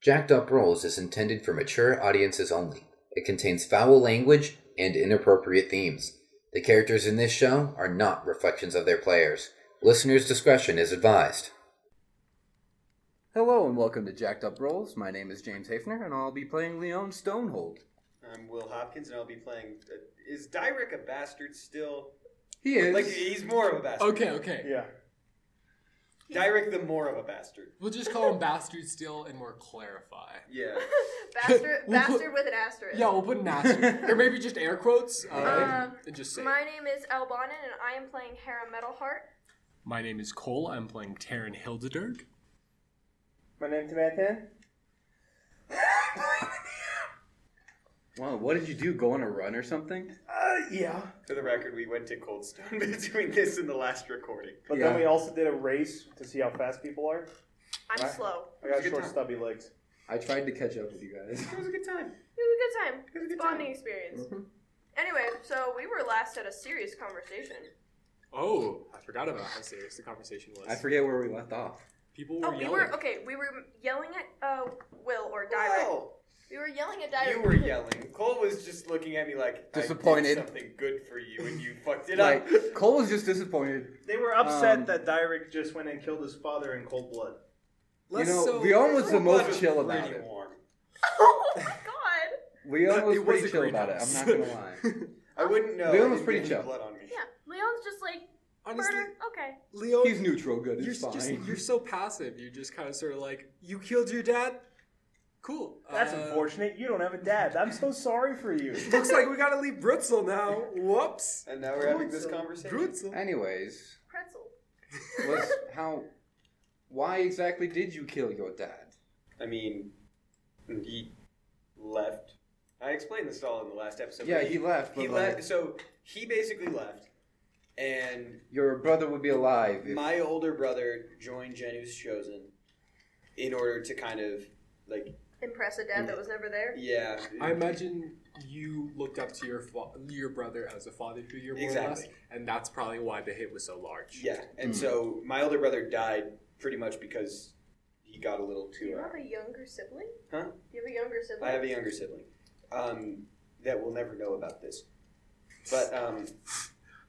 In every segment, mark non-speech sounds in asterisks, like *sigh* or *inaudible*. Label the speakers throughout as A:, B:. A: Jacked Up Rolls is intended for mature audiences only. It contains foul language and inappropriate themes. The characters in this show are not reflections of their players. Listeners' discretion is advised.
B: Hello and welcome to Jacked Up Rolls. My name is James Hafner and I'll be playing Leon Stonehold.
C: I'm Um, Will Hopkins, and I'll be playing. Uh, is Dyrick a bastard still?
B: He is.
C: Like he's more of a bastard.
D: Okay, okay.
E: Yeah.
C: Dyrick the more of a bastard.
D: We'll just call him Bastard Steel and we'll clarify.
C: Yeah.
F: Bastard,
D: We'll put-
F: bastard with an asterisk.
D: Yeah, we'll put an asterisk. or maybe just air quotes. Uh,
F: Um,
D: and just say.
F: My name is Albanan, and I am playing Hera Metalheart.
D: My name is Cole. I'm playing Taryn Hildederg.
E: My name's Samantha.
B: Wow, what did you do? Go on a run or something?
E: Uh, yeah.
C: For the record, we went to Coldstone *laughs* between this and the last recording.
E: But
B: Yeah.
E: then we also did a race to see how fast people are.
F: I'm
E: Right.
F: slow.
E: I
C: was a
E: got
C: good
E: short,
C: time.
E: stubby legs.
B: I tried to catch up with you guys.
C: It was a good time.
F: It was a good time.
C: It was a good
F: Bonding
C: time. Mm-hmm.
F: experience. Anyway, so we were last at a serious conversation.
D: Oh, I forgot about how serious the conversation was.
B: I forget where we
D: *laughs*
B: left off.
D: People were
F: Oh, we
D: yelling.
F: were okay. We were yelling at uh, Will or Direct.
C: Whoa!
F: We were yelling at Direct.
C: You were yelling. Cole was just looking at me like I did
B: Disappointed.
C: something good for you, and you fucked it
B: Like,
C: up.
B: Cole was just disappointed.
E: They were
B: upset Um, that
E: Dyrick just went and killed his father in cold blood.
D: Less
B: you know,
D: so-
B: Leon was the
C: Cold
B: most
C: blood
B: chill
C: was
B: about
C: pretty
B: it.
C: Warm.
F: *laughs* Oh my god!
C: *laughs*
B: Leon
D: *laughs*
B: was
D: It was
B: pretty
D: a
B: chill about it.
D: greenhouse.
B: I'm not gonna lie. *laughs*
C: I wouldn't know.
B: Leon
C: I
B: was
C: didn't
B: pretty
C: get any
B: chill.
C: Blood on me.
F: Yeah, Leon's just like
D: *laughs* Honestly,
F: murder. Okay.
D: Leon,
B: He's neutral, good.
D: you're,
B: It's
D: just,
B: fine. *laughs*
D: you're so passive. You're just kind of sort of like, you killed your dad? Cool.
E: That's
D: Uh,
E: unfortunate. You don't have a dad. I'm so sorry for you.
D: Looks like we gotta leave Brutzel now. Whoops.
C: And now we're having this conversation.
D: Brutzel.
B: Anyways,
F: Pretzel.
B: was how? Why exactly did you kill your dad?
C: I mean, he left. I explained this all in the last episode.
B: Yeah,
C: but
B: he left,
C: He
B: but,
C: left.
B: like-
C: So he basically left, and
B: Your brother would be alive. If,
C: my older brother joined Genu's Chosen in order to kind of like
F: Impress a
C: Mm-hmm.
F: dad that was never there.
C: yeah.
D: I imagine you looked up to your fa- your brother as a father figure, more or less,
C: Exactly.
D: and that's probably why the hit was so large.
C: yeah,
B: Hmm.
C: and so my older brother died pretty much because he got a little
F: Do
C: too
F: you have
C: out.
F: a younger sibling?
C: Huh?
F: Do you have a younger sibling?
C: I have a younger sibling um, that will never know about this, but um,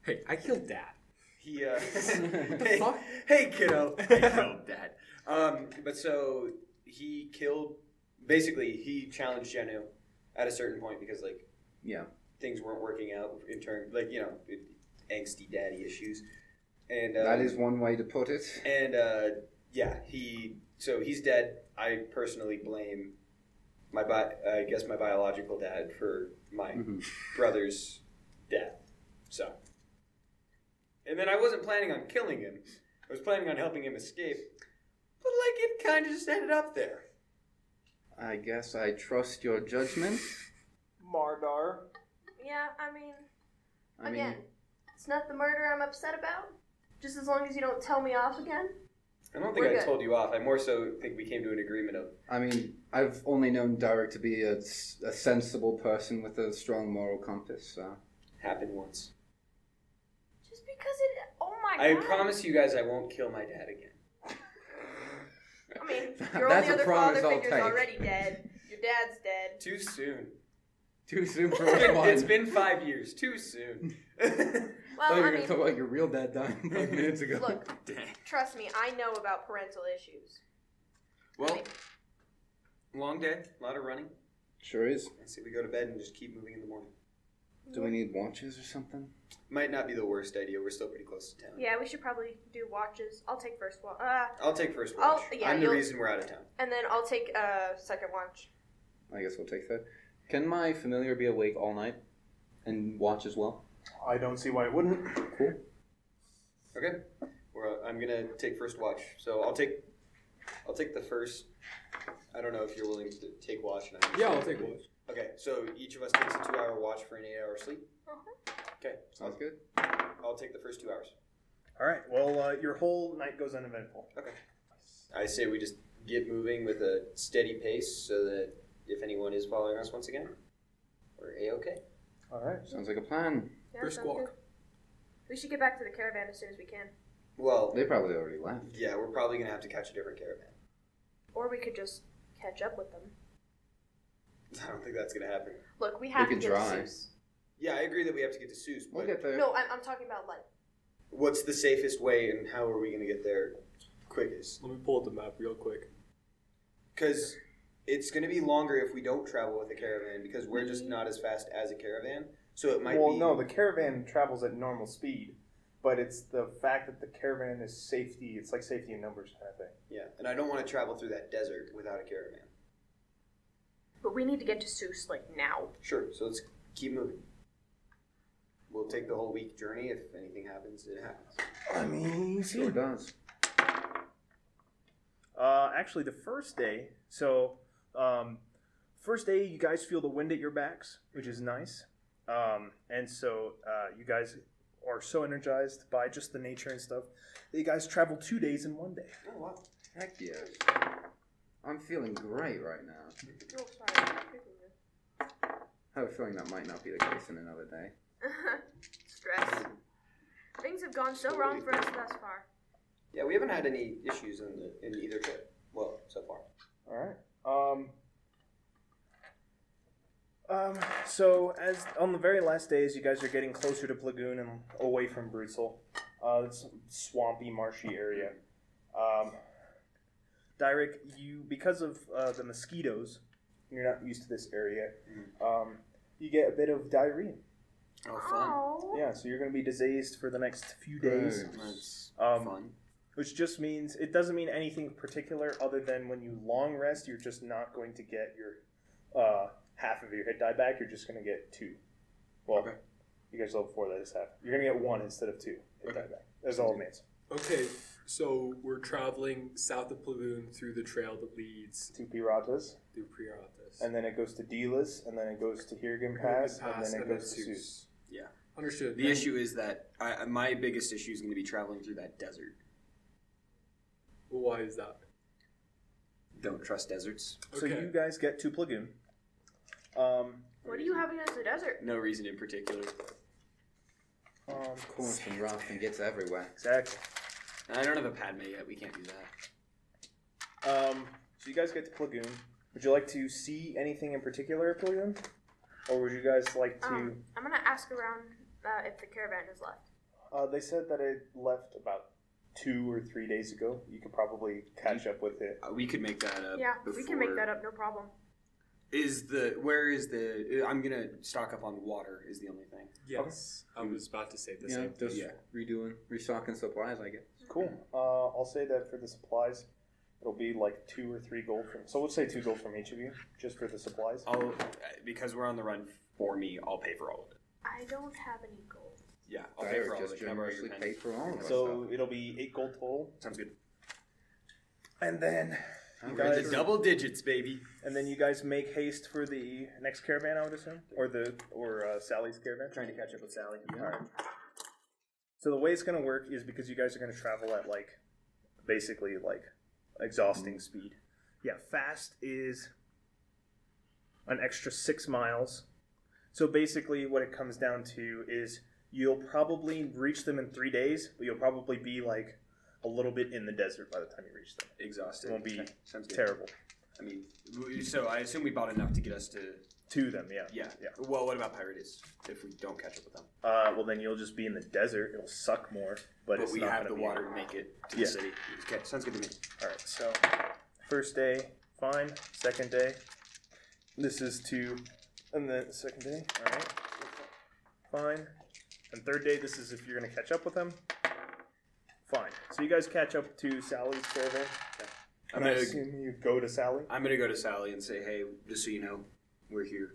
D: Hey, I killed dad.
C: He,
B: *laughs*
C: uh,
B: the
C: hey,
D: fuck?
C: hey,
B: *laughs*
C: kiddo. I killed Dad. Um, but so he killed. Basically, he challenged Genu at a certain point because like
B: yeah,
C: things weren't working out in terms, like you know, it- angsty daddy issues. And uh,
B: that is one way to put it.
C: And uh, yeah, he. So he's dead. I personally blame my bi- I guess my biological dad for my
B: Mhm.
C: brother's death. So. And then I wasn't planning on killing him. I was planning on helping him escape. But like it kind of just ended up there.
B: I guess I trust your judgment.
E: *laughs* Mardar.
F: Yeah, I mean,
B: I
F: again,
B: mean,
F: it's not the murder I'm upset about. Just as long as you don't tell me off again.
C: I don't think
F: We're
C: I
F: good.
C: told you off. I more so think we came to an agreement of
B: I mean, I've only known Derek to be a, s- a sensible person with a strong moral compass. So.
C: happened once.
F: Just because it. Oh my
C: I
F: god.
C: promise you guys I won't kill my dad again.
F: I
B: *laughs*
F: mean, your
B: That's
F: only
B: a
F: other
B: promise
F: father
B: I'll
F: figure's
B: take.
F: already dead. Your dad's dead.
C: Too soon.
B: Too soon for
C: *laughs* It's been-
B: one.
C: it's been five years. Too
B: *laughs*
C: soon.
B: I thought
F: Well, I
B: you were gonna
F: mean,
B: talk about your real dad
D: *laughs*
B: dying five minutes ago.
F: look,
B: *laughs*
F: trust me, I know about parental issues.
C: well, long day, a lot of running.
B: Sure is.
C: I say we go to bed and just keep moving in the morning.
B: Do we need watches or something?
C: Might not be the worst idea. We're still pretty close to town.
F: Yeah, we should probably do watches. I'll take first watch. Uh,
C: I'll take first
F: I'll-
C: watch.
F: yeah,
C: I'm the
F: you'll-
C: reason we're out of town.
F: and then I'll take uh, second watch.
B: I guess we'll take that. Can my familiar be awake all night and watch as well?
E: I don't see why it wouldn't.
B: Cool.
C: Okay. We're, I'm gonna take first watch. So I'll take, I'll take the first. I don't know if you're willing to take watch. And I
D: Yeah, I'll take one.
C: Okay. So each of us takes a two-hour watch for an eight-hour sleep. Okay.
B: Sounds good.
C: I'll take the first two hours.
E: All right. Well, uh, your whole night goes uneventful.
C: Okay. I say we just get moving with a steady pace, so that if anyone is following us once again, we're a okay.
E: All right.
B: Sounds like a plan.
F: Yeah,
D: Brisk
F: sounds
D: walk.
F: good. We should get back to the caravan as soon as we can.
C: Well,
B: They probably already left.
C: yeah, we're probably gonna have to catch a different caravan.
F: Or we could just catch up with them.
C: *laughs* I don't think that's gonna happen.
F: Look, we have
B: can
F: to get
B: try.
F: to Seuss.
C: Yeah, I agree that we have to get to Seuss,
B: We'll
C: but
B: get there.
F: No, I'm, I'm talking about like
C: what's the safest way and how are we gonna get there quickest?
D: Let me pull up the map real quick.
C: Because it's gonna be longer if we don't travel with a caravan because we're just not as fast as a caravan. So it might
E: well,
C: be
E: no, the caravan travels at normal speed, but it's the fact that the caravan is safety. It's like safety in numbers kind of thing.
C: yeah, and I don't want to travel through that desert without a caravan.
F: But we need to get to Seuss like now.
C: Sure, so let's keep moving. We'll take the whole week journey. If anything happens, it happens.
E: I mean,
B: Sure does.
E: Uh, actually, the first day. So, um, first day, you guys feel the wind at your backs, which is nice. Um, and so, uh, you guys are so energized by just the nature and stuff that you guys travel two days in one day.
C: Oh wow!
B: Heck yes. I'm feeling great right now.
F: Oh, sorry. I'm picking you.
B: I have a feeling that might not be the case in another day.
F: *laughs* Stress. Things have gone so wrong for us thus far.
C: Yeah, we haven't had any issues in the in either trip. Well, so far.
E: All right. Um, um, so as on the very last day, as you guys are getting closer to Plagoon and away from Brutzel, uh, it's a swampy, marshy area. Um, Dyrek, you because of uh, the mosquitoes, you're not used to this area. Um, you get a bit of diarrhea.
C: Oh,
F: Oh.
E: Yeah, so you're going to be diseased for the next few days. Um, which just means it doesn't mean anything particular other than when you long rest you're just not going to get your uh, half of your hit die back you're just going to get two well
C: Okay.
E: you guys level four that is half you're going to get one instead of two hit die back that's all it means
D: Okay, so we're traveling south of Plavoon through the trail that leads
E: two piratas
D: through Priatis.
E: and then it goes to Delas, and then it goes to Hirgrim Pass, and then it goes to Seuss.
C: Yeah.
D: Understood.
C: The
D: Then-
C: issue is that I, I- my biggest issue is going to be traveling through that desert.
D: Why is that?
C: Don't trust deserts.
E: So
D: Okay.
E: you guys get to Plagoon. Um,
F: What are you having as a desert?
C: No reason in particular.
E: um,
B: Corn and rough and gets everywhere.
E: exactly.
C: And I don't have a Padme yet. We can't do that.
E: Um, so you guys get to Plagoon. Would you like to see anything in particular at Plagoon? Or would you guys like to...
F: Um, I'm gonna ask around uh, if the caravan is left.
E: Uh, they said that it left about two or three days ago. You could probably catch up with it.
C: Uh, we could make that up.
F: yeah, we can make
C: before-
F: that up, no problem.
C: Is the where is the? I'm gonna stock up on water. Is the only thing.
D: Yes, I was about to say the
B: Yeah,
D: same thing.
B: just
C: yeah.
B: redoing, restocking supplies, I guess.
E: Cool. Uh, I'll say that for the supplies, it'll be like two or three gold from. So we'll say two gold from each of you, just for the supplies.
C: I'll because we're on the run. For me, I'll pay for all of it.
F: I don't have any gold.
C: Yeah, I'll pay
B: Dyer
C: for all of
B: just
C: it. Can I borrow your
B: generously
C: pen?
B: paid for all of us.
E: So it'll be eight gold total,
C: Sounds good.
E: and then you
C: We're in
E: guys,
C: the double digits, baby.
E: and then you guys make haste for the next caravan, I would assume, or the or uh, Sally's caravan.
C: Trying to catch up with Sally.
E: All right. So the way it's going to work is because you guys are going to travel at like basically like exhausting
C: Mm.
E: speed. Yeah, fast is an extra six miles. So basically, what it comes down to is you'll probably reach them in three days, but you'll probably be like a little bit in the desert by the time you reach them.
C: Exhausted.
E: Won't be
C: Okay, Sounds good.
E: Terrible
C: I mean, w- so I assume we bought enough to get us to.
E: to them, yeah.
C: Yeah.
E: Yeah.
C: Well, what about pirates? If we don't catch up with them,
E: Uh, well, then you'll just be in the desert. It'll suck more, but,
C: but,
E: it's
C: we
E: not
C: have
E: gonna
C: the
E: be-
C: water to make it to
E: Yeah.
C: the city. Okay, sounds good to me.
E: All right, so first day, fine. Second day, this is two, and then second day, all right, fine. And third day, this is if you're gonna catch up with them, fine. So you guys catch up to Sally's caravan,
C: I'm
E: and I
C: gonna,
E: assume you go to Sally.
C: I'm gonna go to Sally and say, hey, just so you know, we're here.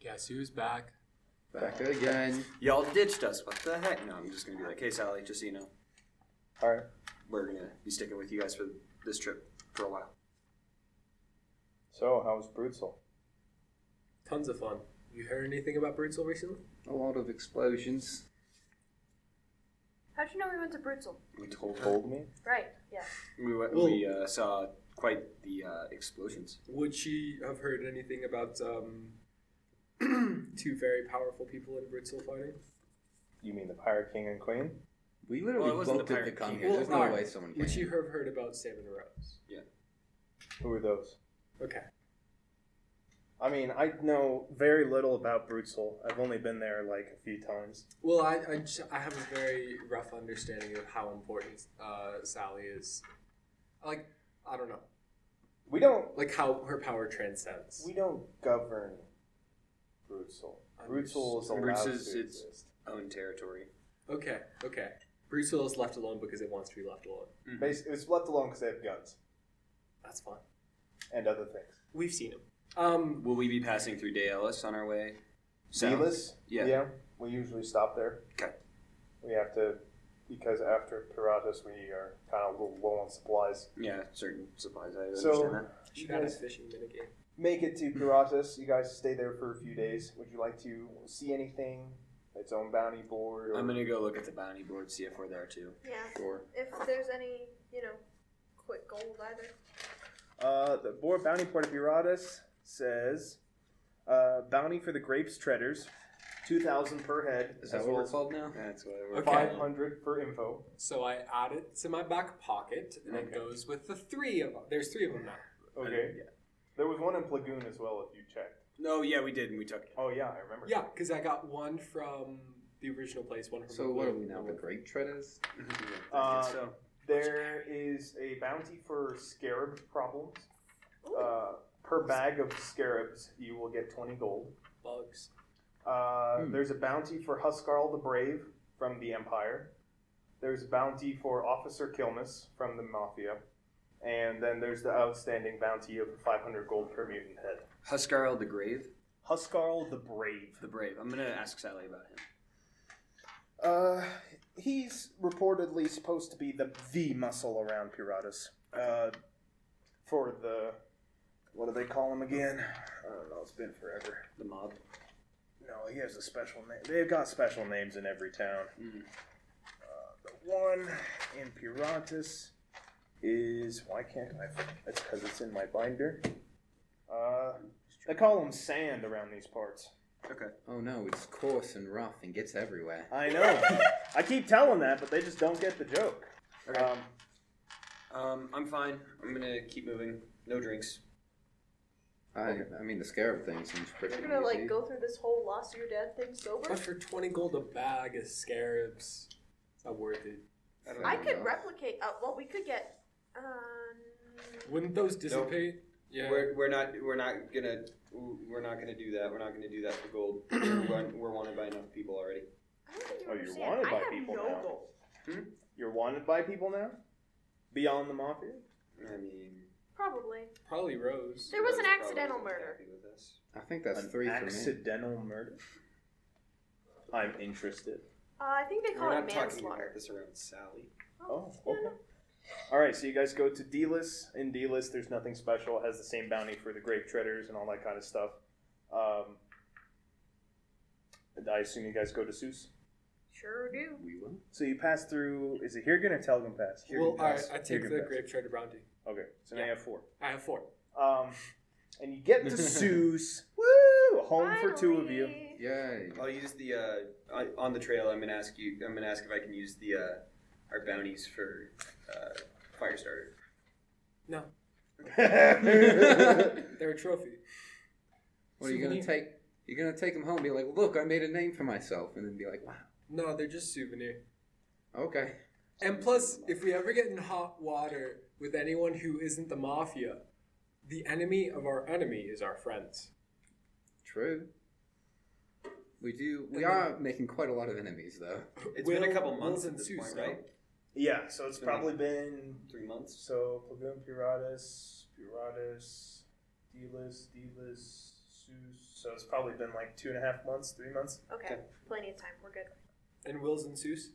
D: Guess who's back?
B: Back again.
C: Y'all ditched us. What the heck? No, I'm just gonna be like, hey, Sally, just so you know,
E: All right,
C: we're gonna be sticking with you guys for this trip for a while.
E: so how was Brutzel?
D: Tons of fun. You heard anything about Brutzel recently?
B: A lot of explosions.
F: How'd you know we went to Brutzel?
C: We told her.
E: Told me.
F: Right, yeah.
C: We, went,
D: Well-
C: we uh, saw quite the uh, explosions.
D: Would she have heard anything about um, *clears throat* two very powerful people in Brutzel fighting?
E: You mean the Pirate King and Queen?
B: We
C: Well, it
B: literally
C: wasn't
B: both
C: the
B: did the
C: pirate
B: come
C: king.
B: here. There's no
D: alright.
B: way someone
D: Would she
B: came.
D: have heard about Salmon Rose?
E: Who are those?
D: Okay.
E: I mean, I know very little about Brutzel. I've only been there like a few times.
D: Well, I, I, just, I have a very rough understanding of how important uh, Sally is. Like, I don't know.
E: We don't
D: Like how her power transcends.
E: we don't govern Brutzel. Brutzel is allowed
B: Brutzel is-
E: to
B: it's-
E: exist.
B: Own territory.
D: okay, okay. Bruce Will is left alone because it wants to be left alone.
B: mm-hmm.
E: Bas- it's left alone because they have guns
D: That's fine.
E: and other things.
D: We've seen him. Um,
B: Will we be passing through Daelis on our way? south?
E: Zealous?
B: Yeah.
E: Yeah. We usually stop there.
B: Okay.
E: We have to because after Piratus, we are kind of a little low on supplies.
B: Yeah, certain supplies. I
E: So-
B: understand that.
D: she
E: You
D: got his
E: guys
D: fishing minigame.
E: make it
B: Hmm.
E: to Piratus. You guys stay there for a few days. Would you like to see anything? Its own bounty board? Or...
B: I'm gonna go look at the bounty board, see if we're there too.
F: Yeah.
B: Sure.
F: If there's any, you know, quick gold either.
E: Uh, the Boar Bounty Port of Uratus says uh, bounty for the grapes treaders, 2000 per head,
B: Is
E: as
B: that what
E: well
B: we're
E: as
C: *laughs*
B: called now? That's what we're
D: Okay.
B: called.
E: 500 for info.
D: So I add it to my back pocket, and it
E: Okay.
D: goes with the three of them. There's three of them now.
E: Okay. There was one in Plagoon as well, if you checked.
B: No, yeah, we did, and we took *laughs* it.
E: Oh, yeah, I remember.
D: Yeah, because I got one from the original place, one from
B: So what
D: Blue,
B: are we now,
D: one
B: the
D: from-
B: grape treaders?
E: Uh,
B: so.
E: There is a bounty for scarab problems. Uh, per bag of scarabs, you will get 20 gold.
D: bugs?
E: Uh,
B: Hmm.
E: There's a bounty for Huskarl the Brave from the Empire. There's a bounty for Officer Kilmus from the Mafia. And then there's the outstanding bounty of 500 gold per mutant head.
B: Huskarl the Grave,
E: Huskarl the Brave.
B: the Brave. I'm gonna ask Sally about him.
E: Uh, he's reportedly supposed to be the the muscle around Piratus. Uh, for the what do they call him again? I don't know. It's been forever.
B: The mob.
E: No, he has a special name. They've got special names in every town.
B: Mm.
E: Uh, the one in Piratus is why can't I? That's because it's in my binder. Uh, they call him sand around these parts.
B: Okay.
A: Oh no, it's coarse and rough and gets everywhere.
E: I know. *laughs* I keep telling that, but they just don't get the joke.
B: Okay.
E: Um,
B: Um, I'm fine. I'm gonna keep moving. No drinks.
A: I, I mean, the scarab thing seems pretty
F: You're gonna
A: easy.
F: like go through this whole loss your dad thing
D: *laughs*
F: sober?
D: But for twenty gold a bag of scarabs, it's not worth it.
B: don't
F: I
B: know.
F: could replicate. Uh, well, we could get. Um,
D: Wouldn't those dissipate? Yeah.
C: We're, we're not we're not gonna we're not gonna do that. We're not gonna do that for gold. we're, wan- we're wanted by enough people already.
F: I don't think you
E: Oh, you're
F: understand.
E: wanted
F: I
E: by
F: have
E: people
F: no
E: now.
F: gold.
E: you're wanted by people now. Beyond the mafia.
B: I mean,
F: Probably.
D: Probably Rose.
F: There was an
B: Rose probably
F: accidental
B: isn't
F: murder.
B: happy with us.
A: I think that's three for me.
E: accidental murder. I'm interested.
F: Uh, I think they call
B: We're
F: it
B: not talking
F: manslaughter.
B: about this around Sally.
E: Oh,
F: yeah,
E: okay.
F: no.
E: All right, so you guys go to D-List. In D-List, there's nothing special. It has the same bounty for the grape treaders and all that kind of stuff. Um, and I assume you guys go to Seuss.
F: Sure do.
A: We will.
E: So you pass through, is it Hirgen or Telgen Pass?
D: Well, all right,
E: Pass.
D: I take
E: Hirgen
D: the
E: Pass.
D: grape trader bounty.
E: Okay, so now you have four.
D: I have four.
E: Um, and you
D: *laughs*
E: get to Seuss. Woo! Home for two of you.
F: Finally.
C: *laughs*
A: Yay.
C: I'll use the uh, I- on the trail. I'm gonna ask you. I'm gonna ask if I can use the uh, our bounties for uh, fire starter.
D: No,
E: That's
D: they're a trophy.
A: What are you gonna
D: Souvenir.
A: take? You're gonna take them home, be like, look, I made a name for myself, and then be like, wow,
D: No, they're just souvenir.
A: okay.
D: And plus, if we ever get in hot water with anyone who isn't the mafia, the enemy of our enemy is our friends.
A: True. We do. We
D: And then-
A: are making quite a lot of enemies, though.
C: It's
D: It's
C: been a couple months at this point, right?
E: Yeah, so it's
C: Been like-
E: probably been
C: Three months.
E: so Plagoon Piratus, Piratus, D-List, D-List, Seuss. So it's probably been like two and a half months, three months.
F: Okay, plenty of time. We're good.
D: And Will's and Seuss?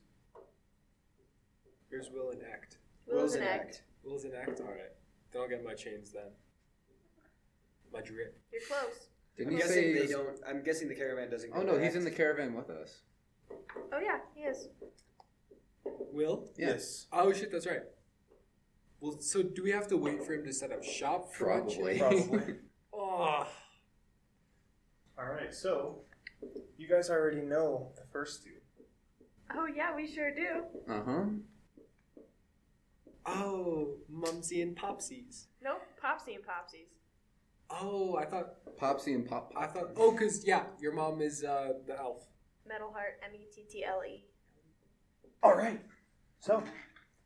D: Here's Will and Act.
F: Will's an
C: an
F: act.
D: Will's and Act? Alright. Then I'll get my chains then. My drip.
F: You're close.
A: Didn't
C: I'm
A: you say?
C: guessing
A: he
C: they
A: was-
C: don't. I'm guessing the caravan doesn't.
A: Oh
C: go
A: no,
C: to
A: he's in the
C: act.
A: caravan with us.
F: Oh yeah, he is.
D: Will?
A: Yeah.
E: Yes.
D: Oh shit, that's right. Well, so do we have to wait for him to set up shop for my
A: Probably.
D: chains?
E: *laughs* Probably.
D: Oh,
E: All right, so you guys already know the first two.
F: Oh yeah, we sure do.
A: Uh
B: Uh-huh.
A: huh.
D: oh, Mumsy and Popsies.
F: Nope, Popsy and Popsies.
D: Oh, I thought
B: Popsy and Pop
D: I
B: Pop.
D: thought. Oh, cause yeah, your mom is uh, the elf.
F: Metal Heart, M E T T L E.
E: All right. So,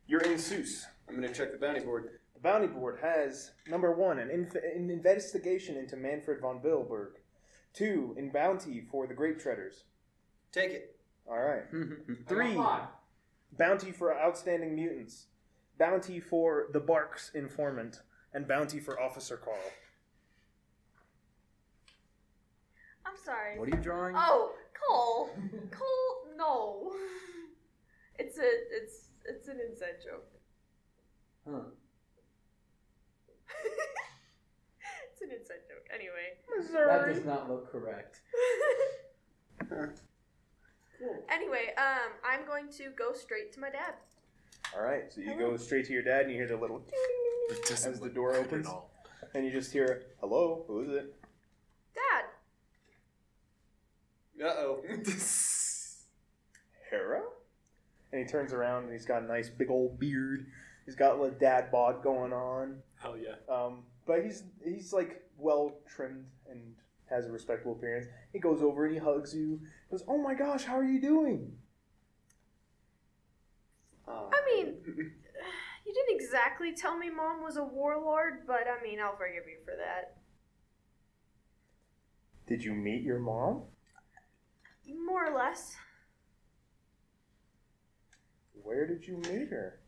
E: you're in Seuss.
C: I'm gonna check the bounty board.
E: The bounty board has number one, an, inf- an investigation into Manfred von Bilberg. Two, in bounty for the grape treaders.
C: Take it.
E: All right. Three, bounty for outstanding mutants. Bounty for the Barks informant. And bounty for Officer Carl.
F: I'm sorry.
B: What are you drawing?
F: Oh, Cole. Cole, no. It's a, it's, it's an inside joke.
B: Huh.
F: *laughs* It's an inside joke. Anyway.
B: That does not look correct.
F: *laughs* Anyway, um, I'm going to go straight to my dad.
E: All right. So you go straight to your dad and you hear the little
G: It doesn't
E: As the
G: look
E: door
G: good at
E: opens.
G: all.
E: and you just hear, hello, who is it?
F: Dad,
C: Uh oh.
D: *laughs*
E: Hera? And he turns around and he's got a nice big old beard. He's got a little dad bod going on.
G: Hell yeah.
E: Um, but he's he's like well trimmed and has a respectable appearance. He goes over and he hugs you. Goes, oh my gosh, how are you doing?
B: Oh.
F: I
B: *laughs*
F: mean, you didn't exactly tell me mom was a warlord, but I mean, I'll forgive you for that.
E: Did you meet your mom?
F: More or less.
E: Where did you meet her?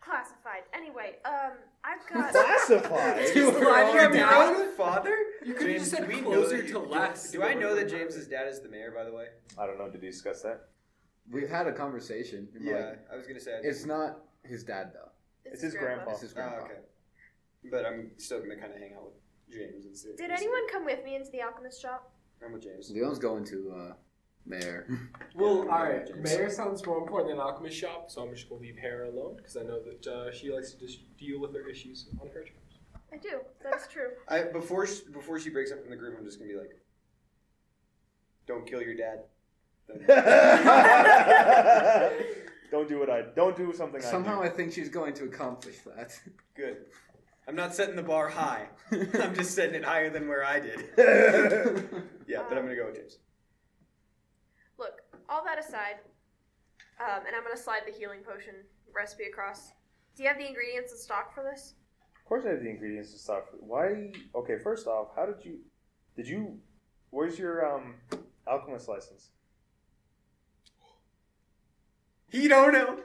F: Classified. Anyway, um, I've got.
E: Classified.
D: Dude, why did you have to-
C: father?
D: You could have
C: James,
D: just said
C: do we know
D: closer
C: that you-
D: to
C: do-
D: less.
C: Do I know that James's dad is the mayor, by the way?
E: *laughs* I don't know. Did he discuss that?
B: We've had a conversation. and, like,
C: Uh, I was gonna say. I
B: it's not his dad though.
E: It's his grandpa.
B: It's his
C: Oh,
B: grandpa.
C: okay. But I'm still gonna kind of hang out with James and see.
F: Did anyone come with me into the alchemist shop?
C: I'm with James.
B: Leon's going to uh, mayor.
D: Well, all right. Mayor sounds more important than alchemist shop, so I'm just gonna leave Hera alone because I know that uh, she likes to just deal with her issues on her terms.
F: I do. That's true.
C: I, before she, before she breaks up from the group, I'm just gonna be like, "Don't kill your dad."
E: *laughs* don't do what I don't do something.
B: Somehow
E: I
B: I think she's going to accomplish that.
C: Good. I'm not setting the bar
G: *laughs*
C: high. I'm just setting it higher than where I did. Yeah, but I'm gonna go with James.
F: Look, all that aside, um, and I'm gonna slide the healing potion recipe across. Do you have the ingredients in stock for this?
E: Of course, I have the ingredients and stuff. Why? Okay, first off, how did you? Did you? Where's your um alchemist license?
C: He don't know.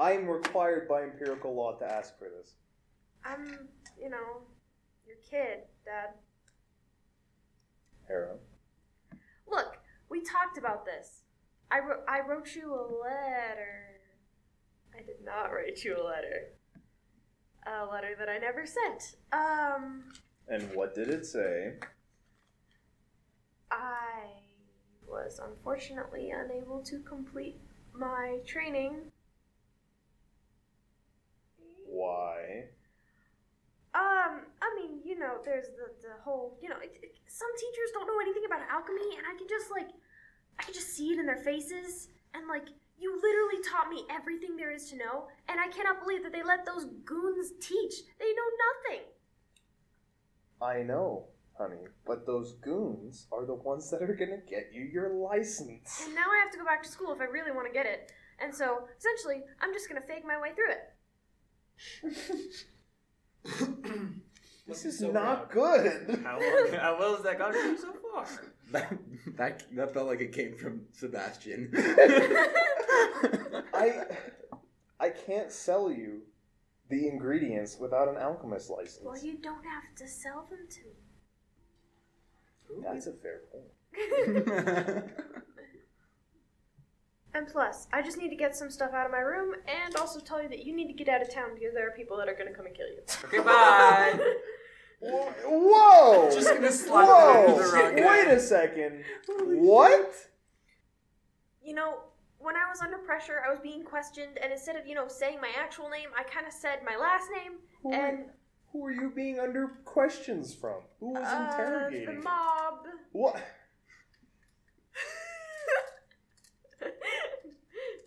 E: I am required by empirical law to ask for this.
F: I'm, you know, your kid, Dad.
E: Hera.
F: Look, we talked about this. I wrote, I wrote you a letter. I did not write you a letter. A letter that I never sent. Um,
E: And what did it say?
F: I was unfortunately unable to complete my training.
E: Why?
F: Um, I mean, you know, there's the, the whole, you know, it, it, some teachers don't know anything about alchemy, and I can just, like, I can just see it in their faces, and, like, you literally taught me everything there is to know, and I cannot believe that they let those goons teach. They know nothing.
E: I know, honey, but those goons are the ones that are gonna get you your license.
F: And now I have to go back to school if I really want to get it. And so, essentially, I'm just going to fake my way through it.
E: This
D: Must be
E: is
D: so
E: not
D: bad.
E: good.
G: How, long, how well has that gone for you so far?
B: that, that that felt like it came from Sebastian.
E: I I can't sell you the ingredients without an alchemist license.
F: Well, you don't have to sell them to me.
E: That's a fair point.
F: *laughs* And plus, I just need to get some stuff out of my room and also tell you that you need to get out of town because there are people that are going to come and kill you.
G: Okay, bye.
E: Whoa!
D: Just gonna slide that
E: Whoa!
D: under the rug.
E: Wait a second. What?
F: You know, when I was under pressure, I was being questioned, and instead of, you know, saying my actual name, I kind of said my last name
E: Who are,
F: and
E: who are you being under questions from? Who was
F: uh, the
E: interrogating?
F: mob.
E: What?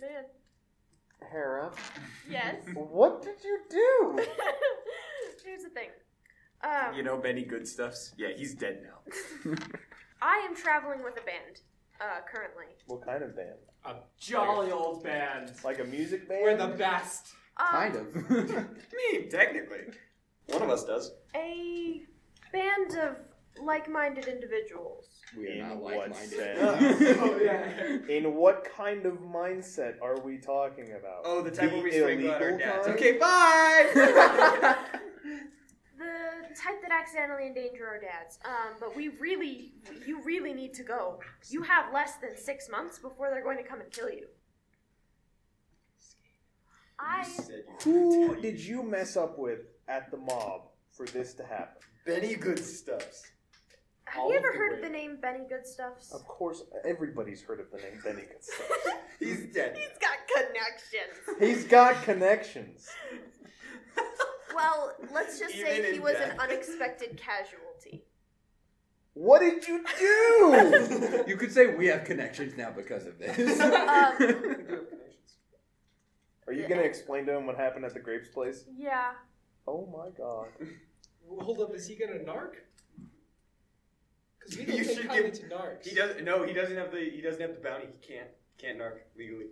F: Man,
E: Hera,
F: yes.
E: what did you do?
F: Here's the thing. Um,
G: You know Benny Goodstuffs? Yeah, he's dead now.
F: I am traveling with a band uh, currently.
E: What kind of band?
D: A jolly old band.
E: Like a music band?
D: We're the best.
F: Um,
B: Kind
C: *laughs*
B: of. *laughs*
C: Me, technically. One of
G: *laughs*
C: us does.
F: A band of like-minded individuals.
B: we are
E: In
B: not
E: what
B: like-minded.
E: sense?
D: oh, yeah.
E: In what kind of mindset are we talking about?
C: Oh, the type
E: The
C: where we strangle out our
E: illegal
C: dads.
E: kind?
C: Okay, bye!
F: The type that accidentally endanger our dads. Um, but we really, you really need to go. You have less than six months before they're going to come and kill you. I
E: Who did you mess up with at the mob for this to happen?
C: Benny Goodstuffs.
F: have
D: all
F: you
D: of
F: ever
D: the
F: heard of
D: way.
F: the name Benny Goodstuffs?
E: Of course, everybody's heard of the name Benny Goodstuff.
C: He's
F: *laughs*
C: dead.
F: He's got connections.
E: He's got connections.
F: Well, let's just
C: Even
F: say he
C: in
F: was an
C: death.
F: unexpected casualty.
E: What did you
C: *laughs*
E: do?
B: *laughs*
C: um,
F: *laughs*
B: you could say we have connections now because of this.
F: Um,
E: Are you gonna explain to him what happened at the grapes place?
F: Yeah.
E: Oh my god.
D: Hold up, is he gonna narc?
C: *laughs*
D: Because we don't
C: You
D: take
C: should
D: kindly
C: give-
D: to narcs.
C: He doesn't. No, he doesn't have the. He doesn't have the bounty. He can't. Can't narc legally.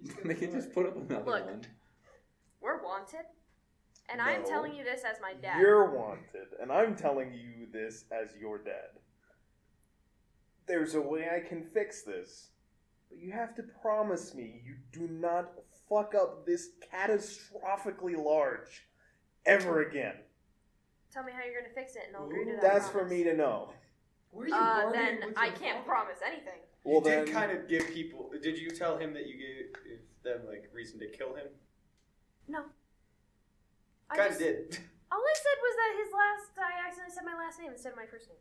D: He's gonna
B: they can
D: narc.
B: just put up another
F: Look.
B: one.
F: We're wanted. And I'm
E: No.
F: telling you this as my dad.
E: You're wanted, and I'm telling you this as your dad. There's a way I can fix this, but you have to promise me you do not fuck up this catastrophically large ever again.
F: Tell me how you're gonna fix it, and I'll agree to that.
E: That's for
F: promise.
E: me to know.
D: Where are you
F: Uh,
D: bargaining
F: then
D: with
F: I
D: your
F: can't
D: father?
F: promise anything.
E: Well
C: you
E: then,
C: did kind of give people. Did you tell him that you gave them like reason to kill him?
F: No. I
C: Kind of *laughs*
F: just-
C: did.
F: All I said was that his last. I accidentally said my last name instead of my first name.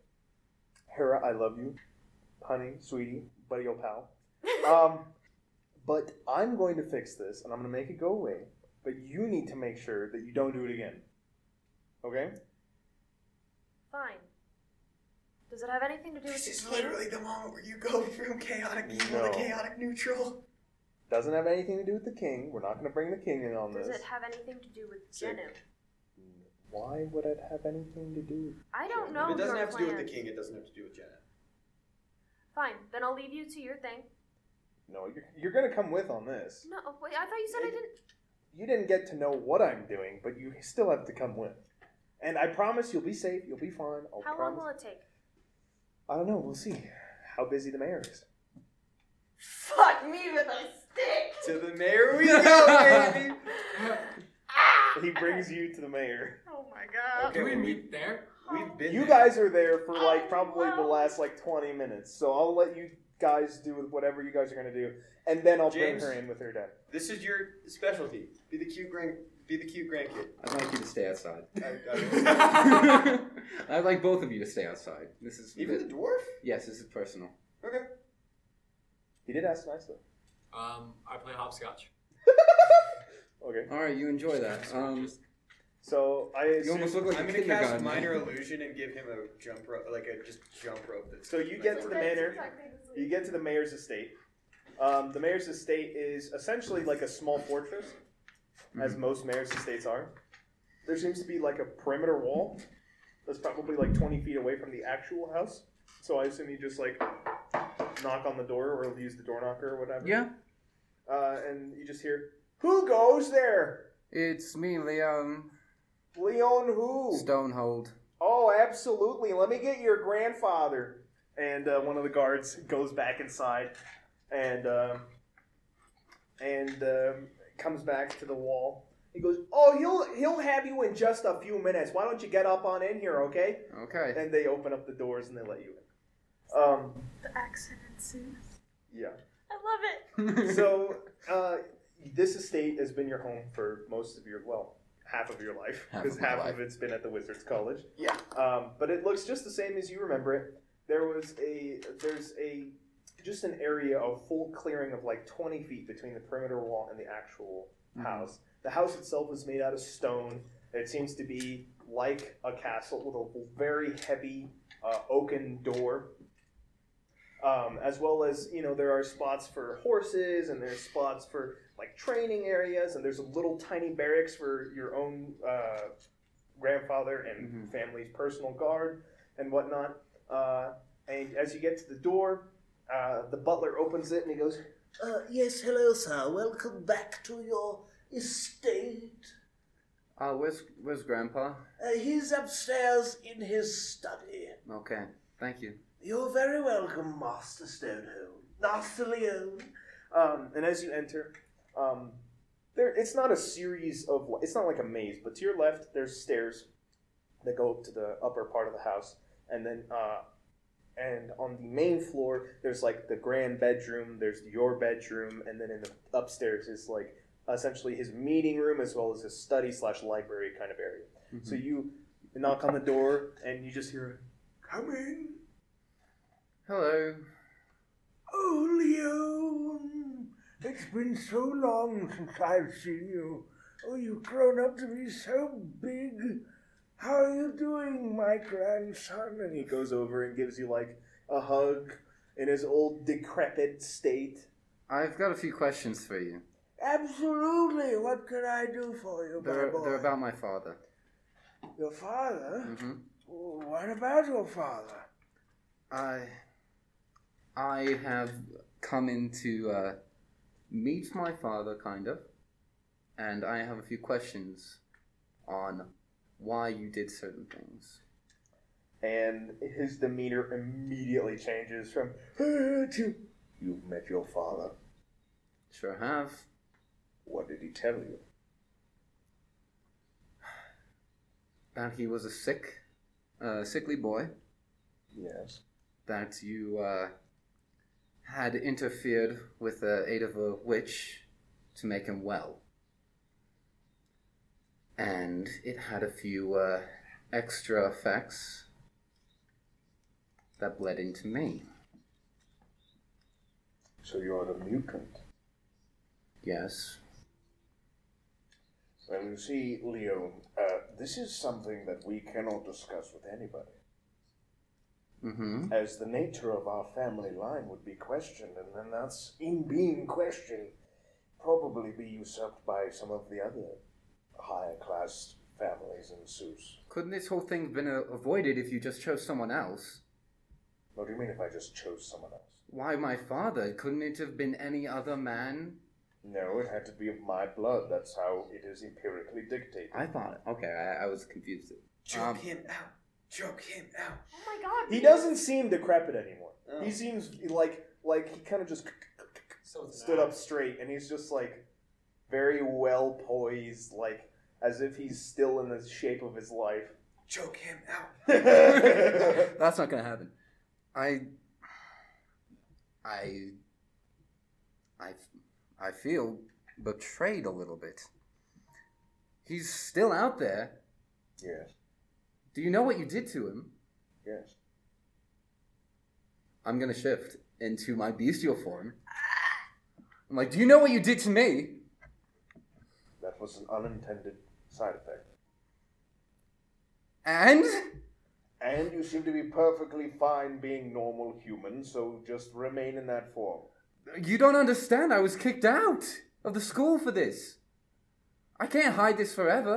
E: Hera, I love you, honey, sweetie, buddy, old pal.
F: *laughs*
E: Um, but I'm going to fix this, and I'm going to make it go away. But you need to make sure that you don't do it again. Okay?
F: Fine. Does it have anything to do with?
C: the moment where you go from chaotic
E: No.
C: neutral.
E: Doesn't have anything to do with the king. We're not going to bring the king in on
F: Does
E: this.
F: it have anything to do with
C: Sick.
F: Genu?
E: Why would it have anything to do?
F: I don't know.
C: If it doesn't
F: your
C: have to do with the
F: plan.
C: king. It doesn't have to do with Jenna.
F: Fine. Then I'll leave you to your thing.
E: No, you're, you're going to come with on this.
F: No, wait. I thought you said I didn't.
E: You didn't get to know what I'm doing, but you still have to come with. And I promise you'll be safe. You'll be fine. I'll
F: How long
E: promise.
F: will it take?
E: I don't know. We'll see how busy the mayor
F: *laughs*
E: is.
F: Fuck me with a stick.
C: To the mayor we go, baby.
E: *laughs* He brings you to the mayor.
F: Oh my god.
C: Okay,
D: Do we
C: well, we-
D: meet there?
C: We've been.
E: You
C: there.
E: guys are there for like
F: Oh,
E: probably the
F: wow.
E: last like 20 minutes, so I'll let you guys do with whatever you guys are gonna do, and then I'll
C: James.
E: bring her in with her dad.
C: This is your specialty. Be the cute grand. Be the cute grandkid.
E: *laughs*
B: I'd like you to stay
F: *laughs*
B: outside. *laughs*
C: I- I-
B: I'd like both of you to stay outside. This is
C: Even the dwarf.
B: yes, this is personal.
C: Okay.
E: He did ask nicely.
D: Um, I play hopscotch.
E: *laughs* Okay,
B: All right, you enjoy that. Um,
E: so I
B: you
E: assume,
B: almost look like
C: I'm
B: a
C: gonna cast
B: kindergarten.
C: minor illusion and give him a jump rope, like a just jump rope. That's
E: So you get to the manor. you get to the mayor's estate. Um, the mayor's estate is essentially like a small fortress,
B: Mm-hmm.
E: as most mayor's estates are. There seems to be like a perimeter wall that's probably like 20 feet away from the actual house. So I assume you just like knock on the door or use the door knocker or whatever.
B: Yeah,
E: uh, and you just hear, "Who goes there?
B: it's me, Leon
E: Leon who?
B: Stonehold.
E: oh, absolutely. Let me get your grandfather." And uh, one of the guards goes back inside, and um, and um, comes back to the wall. He goes, "Oh, he'll he'll have you in just a few minutes. Why don't you get up on in here, okay?"
B: Okay.
H: *laughs*
E: And they open up the doors and they let you in. Um,
F: The accident soon.
E: yeah.
F: I love it.
E: So uh, this estate has been your home for most of your well, half of your life
B: Half
E: because
B: of my
E: half,
B: life.
E: of it's been at the Wizards College.
C: Yeah.
E: Um, but it looks just the same as you remember it. There was a there's a just an area of full clearing of like 20 feet between the perimeter wall and the actual
B: Mm-hmm.
E: house. The house itself is made out of stone. It seems to be like a castle with a very heavy uh, oaken door um, as well as you know there are spots for horses and there's spots for like training areas and there's a little tiny barracks for your own uh, grandfather and family's personal guard and whatnot. Uh, and as you get to the door, uh, the butler opens it and he goes,
H: Uh, yes, hello, sir. Welcome back to your estate.
B: Uh, where's where's Grandpa?
H: Uh, he's upstairs in his study.
B: Okay, thank you.
H: You're very welcome, Master Stonehome. Master Leon.
E: Um, and as you enter, um, there it's not a series of it's not like a maze, but to your left there's stairs that go up to the upper part of the house, and then uh, and on the main floor there's like the grand bedroom, there's your bedroom, and then in the upstairs is like essentially his meeting room as well as his study slash library kind of area. So you knock on the door and you just hear
H: Come in.
B: Hello.
H: Oh, Leon. It's been so long since I've seen you. Oh, you've grown up to be so big. How are you doing, my grandson?
E: and he goes over and gives you like a hug in his old decrepit state.
B: I've got a few questions for you.
H: Absolutely. What can I do for you,
B: They're,
H: my boy?
B: they're about my father.
H: Your father?
B: hmm
H: Oh, What about your father?
B: I I have come in to uh, meet my father, kind of, and I have a few questions on why you did certain things.
E: and his demeanor immediately changes from "Ah, to you've met your father
B: Sure have.
E: what did he tell you
B: That he was a sick, uh, sickly boy.
E: yes
B: That you uh, had interfered with the aid of a witch to make him well. And it had a few uh, extra effects that bled into me.
E: so you're a mutant
B: Yes.
E: well you see leo uh, this is something that we cannot discuss with anybody
B: Mm-hmm.
E: as the nature of our family line would be questioned and then that's in being questioned probably be usurped by some of the other higher class families in Seuss.
B: Couldn't this whole thing been uh, avoided if you just chose someone else?
E: what do you mean if i just chose someone else
B: Why my father? Couldn't it have been any other man?
E: No, it had to be of my blood. That's how it is empirically dictated.
B: I thought. Okay, I, I was confused.
C: Choke
I: Um,
C: him out. Choke him out.
F: Oh my god.
E: He
F: Pete.
E: doesn't seem decrepit anymore.
C: Oh.
E: He seems like like he kind of just
D: So it's
E: stood
D: not-
E: up straight, and he's just like very well poised, like as if he's still in the shape of his life.
C: Choke him out.
B: That's not gonna happen. I. I. I. I feel betrayed a little bit. He's still out there.
E: yes,
B: Do you know what you did to him?
E: yes.
B: I'm gonna shift into my bestial form. I'm like, do you know what you did to me?
E: That was an unintended side effect.
B: And
E: And you seem to be perfectly fine being normal human, so just remain in that form.
B: you don't understand. I was kicked out of the school for this. I can't hide this forever.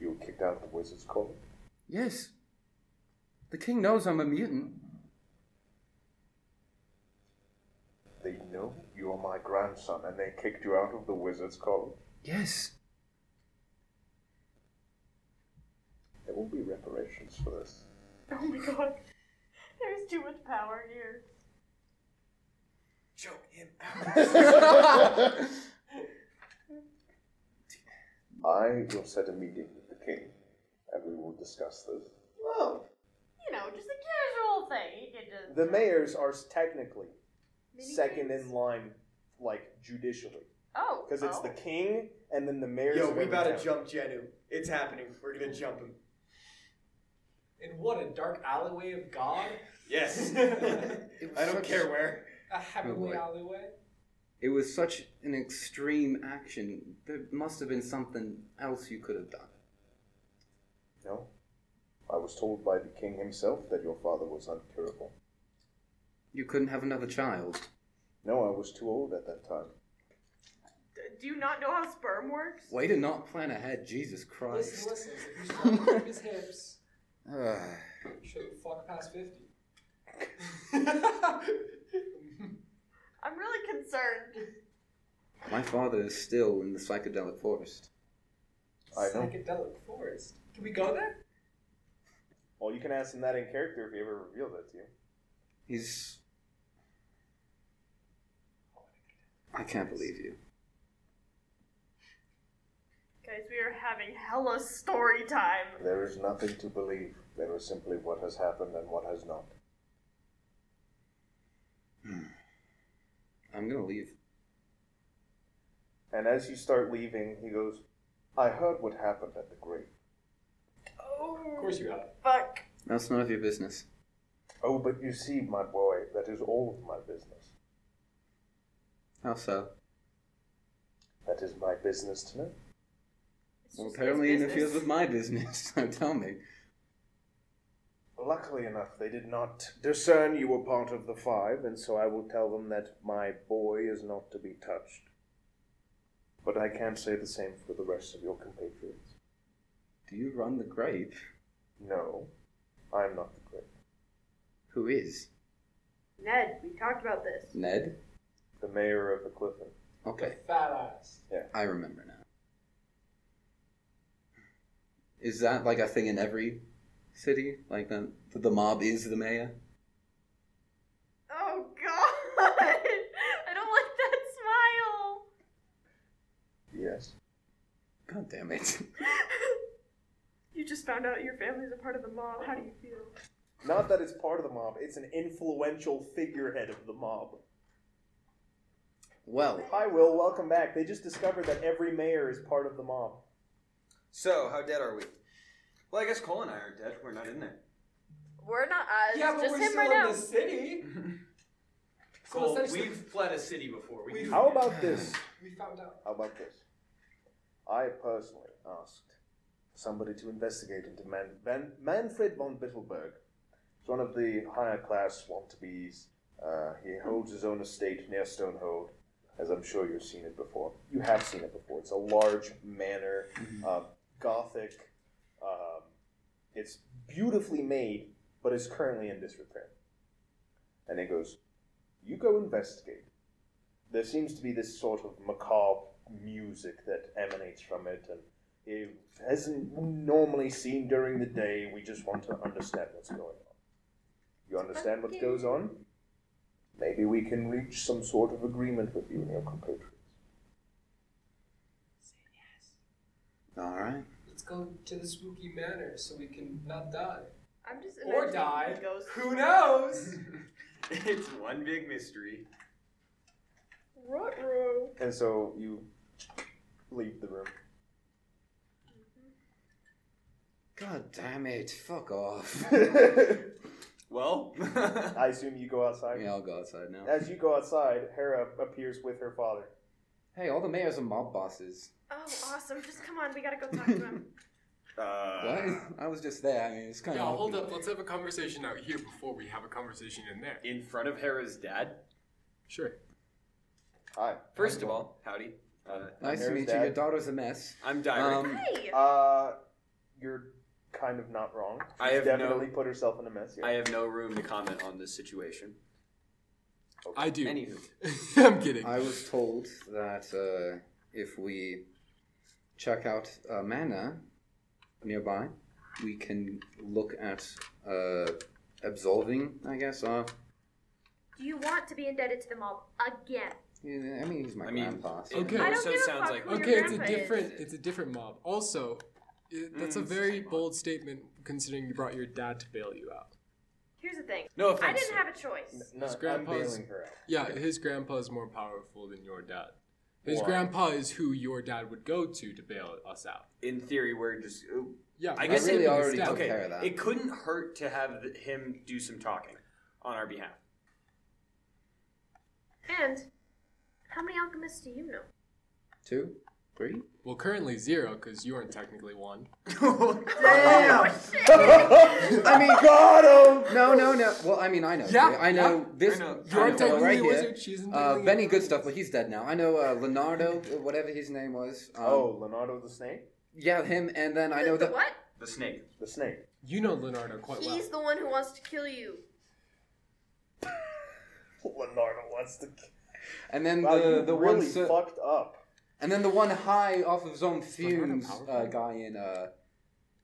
E: You were kicked out of the wizard's college.
B: Yes. The king knows I'm a mutant.
E: They know you are my grandson, and they kicked you out of the wizard's college.
B: Yes.
E: There will be reparations for this.
F: Oh my god. There's too much power here.
C: Choke him out.
I: *laughs*
E: I will set a meeting with the king, and we will discuss this.
F: You know, just a casual thing. You can just.
E: The mayors are technically
F: Mini
E: second
F: games.
E: in line, like judicially,
F: Oh.
E: because it's
F: oh.
E: the king and then the mayors.
C: Yo,
E: of
C: we
E: every
C: about
E: town.
C: to jump Jenu. It's happening. We're gonna jump him.
D: In what a dark alleyway of God?
C: *laughs* Yes.
B: It was
C: I don't
B: such-
C: care where.
D: A heavenly
B: boy.
D: alleyway?
B: It was such an extreme action. There must have been something else you could have done.
E: No, I was told by the king himself that your father was uncurable.
B: You couldn't have another child.
E: No, I was too old at that time.
D: D-
F: do you not know how sperm works?
B: Way to not plan ahead, Jesus Christ.
J: Listen, listen. If you stop moving his hips,
B: Ugh.
J: you should fuck past 50.
F: I'm really concerned.
B: My father is still in the psychedelic forest.
A: I know.
J: Psychedelic forest. Can we go there?
A: Well, you can ask him that in character if he ever reveals that to you.
B: He's. I can't believe you.
F: Guys, we are having hella story time.
E: There is nothing to believe. There is simply what has happened and what has not.
B: I'm gonna leave.
A: And as you start leaving, he goes,
E: I heard what happened at the grave.
F: Oh,
J: Of course you have.
F: fuck.
B: That's none of your business.
E: Oh, but you see, my boy, that is all of my business.
B: How so?
E: That is my business to know.
F: It's
B: Well,
F: just
B: apparently
F: his
B: interferes with
F: business.
B: my business, *laughs* so tell me.
E: Luckily enough, they did not discern you were part of the five, and so I will tell them that my boy is not to be touched. But I can't say the same for the rest of your compatriots.
B: Do you run the grape?
E: No, I'm not the grave.
B: Who is?
F: Ned, we talked about this.
B: Ned?
E: The mayor of the Clifton.
B: Okay,
J: Fat ass.
B: I remember now. Is that like a thing in every city? Like the, the mob is the mayor?
F: Oh god! *laughs* I don't like that smile!
E: Yes.
B: God damn it.
F: You just found out your family's a part of the mob. How do you feel?
A: Not that it's part of the mob, it's an influential figurehead of the mob.
B: Well,
A: Hi, Will, welcome back. They just discovered that every mayor is part of the mob.
I: So, how dead are we? Well, I guess Cole and I are dead. We're not in there.
F: We're not us.
J: Yeah, but
F: just
J: we're
F: him
J: still
F: right
J: in
F: now.
J: the
D: *laughs*
J: city. So
C: Cole,
J: essentially-
C: we've fled a city before. We
J: We've-
C: do
E: How
C: that.
E: about this?
J: We found out.
E: How about this? I personally asked somebody to investigate into Man- Van- Manfred von Bittelberg. He's one of the higher class wannabes. Uh, he holds his own estate near Stonehold, as I'm sure you've seen it before. You have seen it before. It's a large manor, uh, Gothic. Um, it's beautifully made, but is currently in disrepair. And he goes, You go investigate there seems to be this sort of macabre music that emanates from it, and it hasn't normally seen during the day. We just want to understand what's going on. You understand what goes on? Maybe we can reach some sort of agreement with you and your compatriots.
B: alright.
J: Let's go to the spooky manor so we can not die.
F: I'm just
J: Or
F: imagining
J: die.
F: the ghost.
J: Who
D: *laughs*
J: knows?
C: *laughs* It's one big mystery.
F: Ruh-roh.
E: And so you leave the *laughs* room.
B: God damn it, fuck off. *laughs*
C: Well, *laughs*
A: I assume you go outside.
B: yeah, I'll go outside now.
A: As you go outside, Hera appears with her father.
B: Hey, all the mayors are mob bosses.
F: Oh, awesome. Just come on. We gotta go talk to him.
J: *laughs*
C: uh,
B: What? I was just there. I mean, it's kind
D: Yeah,
B: of.
D: hold up. Let's have a conversation out here before we have a conversation in there.
C: in front of Hera's dad.
D: Sure.
A: Hi.
C: First of all, howdy. Uh,
B: Nice to
A: There's
B: meet you.
A: that.
B: Your daughter's a mess.
C: I'm Dyra.
B: Um,
F: Hey!
A: Uh, you're kind of not wrong. She's
C: I have
A: definitely
C: no-
A: put herself in a mess. Yeah.
C: I have no room to comment on this situation.
D: I do.
C: Anywho,
D: *laughs* I'm kidding.
B: I was told that uh, if we check out uh, a manor nearby, we can look at uh, absolving, I guess. Uh,
K: Do you want to be indebted to them all again?
B: yeah, I mean, he's my
C: I mean,
B: grandpa. so-
C: it
D: Okay. I
K: don't
C: also
K: give a
C: sounds
K: fuck
C: like
K: who your
D: okay, it's a
K: grandpa is.
D: different it's a different mob. Also, it,
C: Mm,
D: that's a
C: it's the
D: very
C: same mob.
D: bold statement considering you brought your dad to bail you out.
K: Here's the thing.
C: no
K: I
C: offense.
K: didn't
C: sir.
K: have a choice.
A: no,
D: His
A: I'm
D: grandpa's-
A: bailing her out.
D: Yeah, his grandpa is more powerful than your dad. His
A: Why?
D: grandpa is who your dad would go to to bail us out.
C: in theory, we're just. I
D: Yeah, we're
C: guess it-
D: saving his
B: already
D: dad.
B: took
C: okay,
B: care of that.
C: it couldn't hurt to have th- him do some talking on our behalf.
K: And how many alchemists do you know?
B: Two? Three?
D: Well, currently zero because you aren't technically one.
B: Damn! I mean,
L: God,
A: *laughs*
L: oh
B: no, no, no. Well, I mean, I know.
D: Yeah,
B: I know
D: yeah,
B: this.
D: I know.
B: I
D: You're
B: know
D: technically
B: right
D: a
B: here.
D: wizard, she's
B: uh,
D: technically a
B: Benny Goodstuff, but he's dead now. I know uh, Leonardo, whatever his name was. Um,
E: oh, Leonardo the snake,
B: yeah, him. And then I
F: The-
B: know
F: the
B: that.
F: what?
C: The snake.
A: *laughs*
E: the snake.
D: You know Leonardo quite well.
F: He's the one who wants to kill you.
E: Leonardo wants to. k-
B: And then
E: Wow,
B: the
E: you
B: the
E: really
B: one. so-
E: fucked up.
B: and then the one high off of Zone Fumes
D: powerful?
B: uh, guy in uh,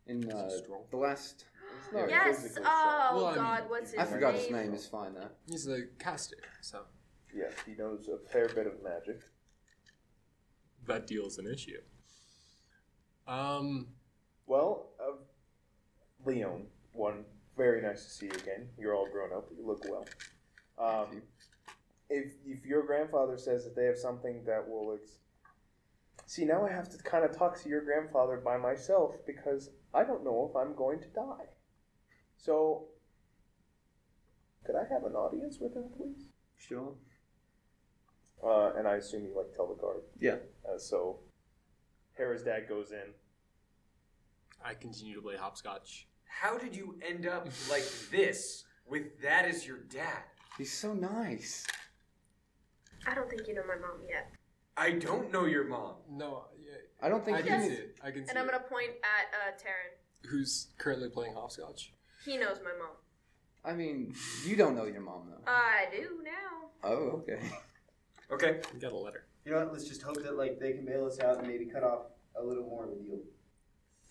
B: in uh,
D: strong?
B: the last.
E: It's not
F: Yes.
E: physically
F: Oh
D: Well, I mean,
F: God, what's his
B: I
F: name?
B: forgot his name. It's fine now.
D: He's a caster, so
E: so- Yes, he knows a fair bit of magic.
D: that deal's an issue. Um,
E: Well, uh, Leon, one very nice to see you again. You're all grown up. You look well. Um, if if your grandfather says that they have something that will ex- see, now I have to kind of talk to your grandfather by myself because I don't know if I'm going to die. So, could I have an audience with him, please?
B: Sure.
E: Uh, and I assume you like tell the guard.
B: Yeah.
E: Uh, so, Hera's dad goes in.
D: I continue to play hopscotch.
C: How did you end up like this with that as your dad?
B: He's so nice.
F: I don't think you know my mom yet.
C: I don't know your mom.
D: No, yeah,
B: I don't think
D: I
B: he
D: can
B: he's.
D: see it. I can see
F: And I'm
D: it.
F: gonna point at uh, Taryn.
D: Who's currently playing hopscotch?
F: He knows my mom.
B: I mean, you don't know your mom though.
F: I do now.
B: Oh, okay.
C: Okay.
D: I got a letter.
H: You know what? Let's just hope that like they can bail us out and maybe cut off a little more of a deal.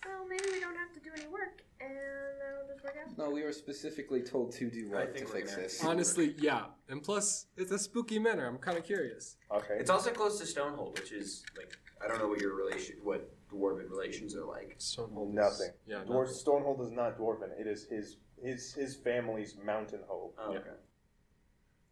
F: Well, maybe we don't have to do any work, and that'll just work out.
B: *laughs* No, we were specifically told to do
C: I
B: what to
C: think we're
B: fix
C: gonna-
B: this.
D: Honestly, yeah. And plus, it's a spooky manor. I'm kind of curious.
E: Okay.
C: It's also close to Stonehole, which is like I don't know what your relation, what dwarven relations are like.
B: Oh,
D: Stonehold. is-
E: Nothing.
D: Yeah.
E: Dwarf,
D: nothing.
E: Stonehold is not dwarven. It is his his his family's mountain hole.
C: Oh,
D: Yeah.
C: okay.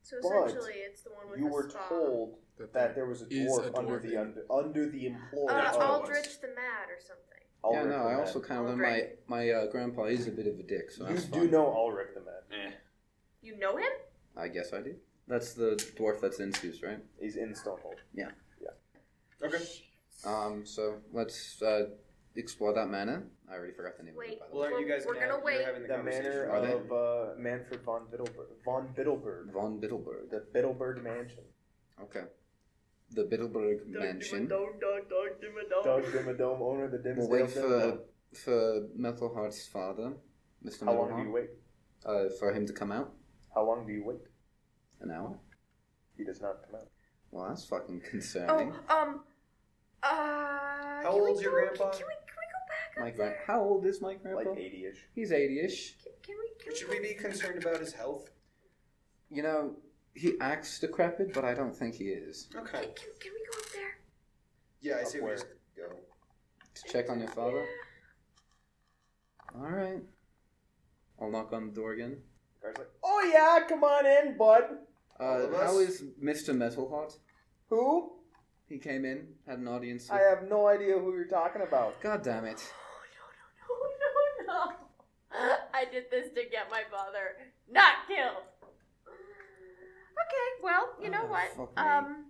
F: So
E: But
F: essentially, it's the one with
E: You
F: the
E: were
F: spa.
E: told
D: That
E: that there was a
D: is
E: dwarf
D: a
E: under the
D: dwarven.
E: under, under the employ
F: Uh,
E: of
F: Aldrich the Mad or something.
B: yeah,
E: Ulrich
B: no,
E: the
B: I
E: Man.
B: also kind of learned my
F: Alright.
B: my uh, grandpa is a bit of a dick, so
E: you
B: that's
E: do
B: fine.
E: know Ulrich the man.
C: Eh.
F: You know him?
B: I guess I do. That's the dwarf that's in Zeus, right?
E: He's in Stonehold.
C: Okay.
B: Um, so let's uh, explore that manor. I already forgot the name. Of
F: Wait.
B: it, by the
A: Well,
B: way.
A: are you guys
F: We're
A: gonna,
F: gonna
A: you're
F: wait.
A: having the,
E: The
A: conversation?
E: manor
B: Are they?
E: of uh, Manfred von Bittelberg. Von Bittelberg.
B: Von Bittelberg.
E: The Bittelberg Mansion.
B: Okay. The Bittelberg mansion.
E: Doug Dimmadome, owner of the Dimsdale
B: We'll wait for
E: Dimmadome.
B: for Metalheart's father, Mr.
E: How long do you
B: Metalheart,
E: wait?
B: uh, for him to come out.
E: How long do you wait?
B: An hour.
E: He does not come out.
B: Well, that's fucking
F: Oh,
B: concerning.
F: um, uh. How
H: old's your grandpa?
F: Can we, can we go back up
B: my
F: there?
B: grand. How old is my grandpa?
E: Like 80 ish.
B: He's 80-ish.
F: Can, can we? Can
H: Should
F: we
H: we
F: go-
H: be concerned about his health?
B: You know, he acts decrepit, but I don't think he is.
H: Okay.
F: Can, can, can we go up there?
H: Yeah, I
E: Up
H: say we
E: where?
H: just go.
B: To check on your father. All right. I'll knock on the door again.
E: Guy's like, oh yeah, come on in, bud.
H: All
B: Uh,
H: of
B: how
H: us?
B: is Mr. Metalheart?
E: Who?
B: He came in, had an audience.
E: I have no idea who you're talking about.
B: God damn it.
F: Oh no no no! *laughs* I did this to get my father not killed. Okay, well, you know
B: Oh,
F: what?
B: fuck me.
F: Um,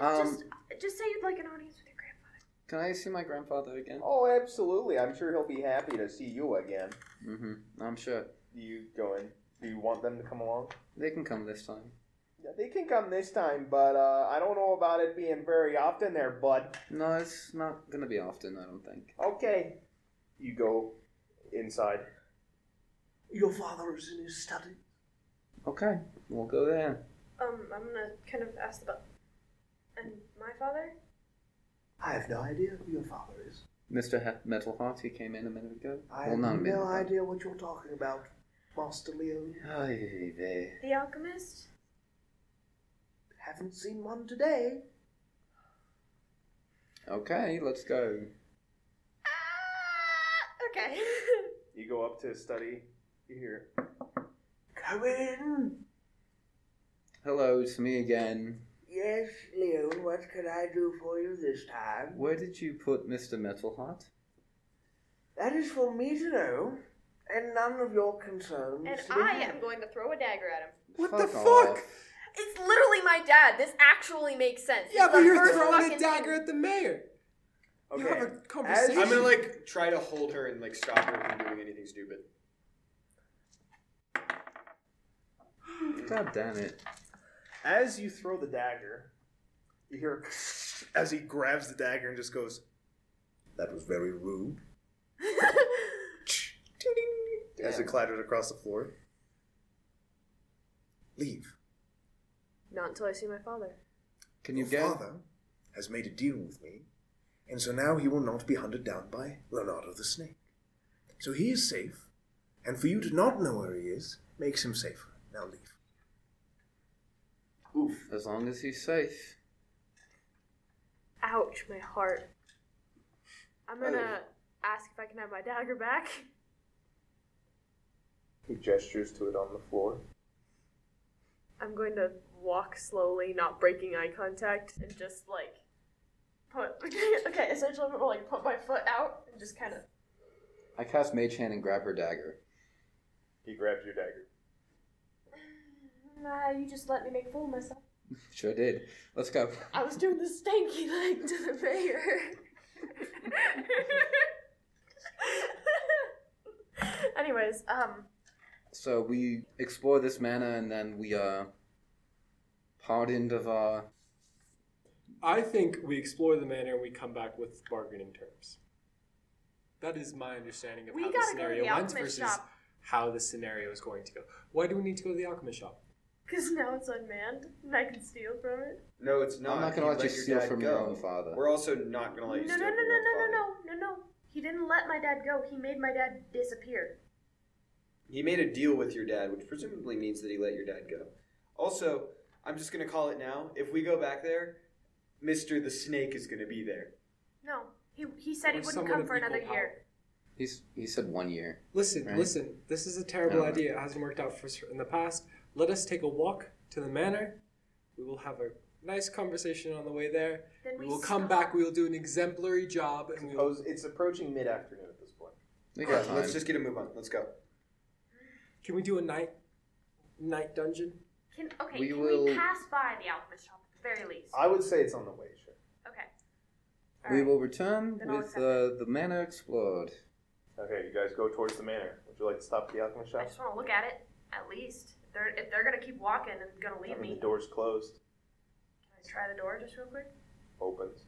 F: uh,
B: Um,
F: just just say you'd like an audience with your grandfather.
B: Can I see my grandfather again?
E: Oh, absolutely. I'm sure he'll be happy to see you again.
B: Mm-hmm. I'm sure.
E: You go in. Do you want them to come along?
B: They can come this time.
E: Yeah, they can come this time, but uh, I don't know about it being very often there, bud.
B: No, it's not gonna be often, I don't think.
E: Okay. You go inside.
H: Your father is in his study.
B: Okay, we'll go there.
F: Um, I'm gonna kind of ask about. And my father?
H: I have no idea who your father is.
B: Mr. He- Metalheart, he came in a minute ago.
H: I
B: well,
H: have
B: not a minute
H: no
B: ago.
H: idea what you're talking about, Master Leon.
B: Ay, vey.
F: The alchemist?
H: Haven't seen one today.
B: Okay, let's go.
F: Ah, okay. *laughs*
E: You go up to his study. You hear.
H: Come in.
B: Hello, it's me again.
H: Yes, Leon, what can I do for you this time?
B: Where did you put Mr. Metalheart?
H: That is for me to know, and none of your concerns.
F: and
H: to be
F: I
H: had.
F: am going to throw a dagger at him.
H: What
B: Fuck
H: the fuck?
B: off.
F: It's literally my dad. This actually makes sense.
D: Yeah,
F: It's
D: but
F: the
D: you're
F: first
D: throwing a
F: fucking
D: dagger
F: thing.
D: at the mayor.
C: You
M: Okay.
C: have a
M: as-
C: conversation. I'm gonna like try to hold her and like stop her from doing anything stupid.
B: God damn it.
E: As you throw the dagger, you hear *laughs* as he grabs the dagger and just goes,
H: That was very rude.
F: *laughs*
E: as it clattered across the floor.
H: Leave.
F: Not until I see my father.
B: Can you
H: Your father has made a deal with me, and so now he will not be hunted down by Leonardo the Snake. So he is safe, and for you to not know where he is makes him safer. Now leave.
B: Oof. As long as he's safe.
F: Ouch, my heart. I'm gonna ask if I can have my dagger back.
D: He gestures to it on the floor.
F: I'm going to walk slowly, not breaking eye contact, and just like put. *laughs* okay, essentially, I'm gonna like put my foot out and just kind of.
B: I cast Mage Hand and grab her dagger.
E: He grabs your dagger.
F: Nah, you just let me make fool of myself.
B: Sure did. Let's go.
F: I was doing the stanky leg to the mayor. Anyways, um,
B: So we explore this manor and then we are pardoned of our.
D: I think we explore the manor and we come back with bargaining terms. That is my understanding of
F: We
D: how the
F: gotta go to
D: scenario
F: the
D: went
F: alchemist
D: versus
F: shop.
D: how the scenario is going to go. Why do we need to go to the alchemist shop?
F: because now it's unmanned and I can steal from it.
C: No, it's not.
B: I'm not gonna let you
C: your
B: steal
C: dad
B: from
C: go.
B: your own father.
C: We're also not gonna let you
F: No, no,
C: steal
F: no, no,
C: from your own
F: no,
C: father.
F: no, no, no, no. He didn't let my dad go. He made my dad disappear.
C: He made a deal with your dad, which presumably means that he let your dad go. Also, I'm just gonna call it now. If we go back there, Mister the Snake is gonna be there.
F: No, he he said he
C: Or
F: wouldn't
C: someone
F: come
C: of
F: for another
C: equal power.
F: year.
B: He's, he said one year.
D: Listen,
B: right?
D: listen. This is a terrible
B: Yeah.
D: idea. It hasn't worked out for us in the past. Let us take a walk to the manor. We will have a nice conversation on the way there.
F: Then
D: we
F: we
D: will come back. We will do an exemplary job. And we will...
E: Oh, It's approaching mid afternoon at this point.
B: We
D: got
C: Alright, let's
D: time.
C: just get a move on. Let's go.
D: Can we do a night night dungeon?
F: Can okay?
D: We
F: can we
D: will-
F: pass by the alchemist shop at the very least?
E: I would say it's on the way, sure.
F: Okay.
B: We will return
F: Then I'll
B: with
F: accept
B: uh, the manor explored.
E: Okay, you guys go towards the manor. Would you like to stop at the alchemist
F: I
E: shop?
F: just want to look at it at least. If they're if they're gonna keep walking and gonna
E: I
F: leave
E: mean,
F: me,
E: the door's closed.
F: can I try the door just real quick?
E: Opens.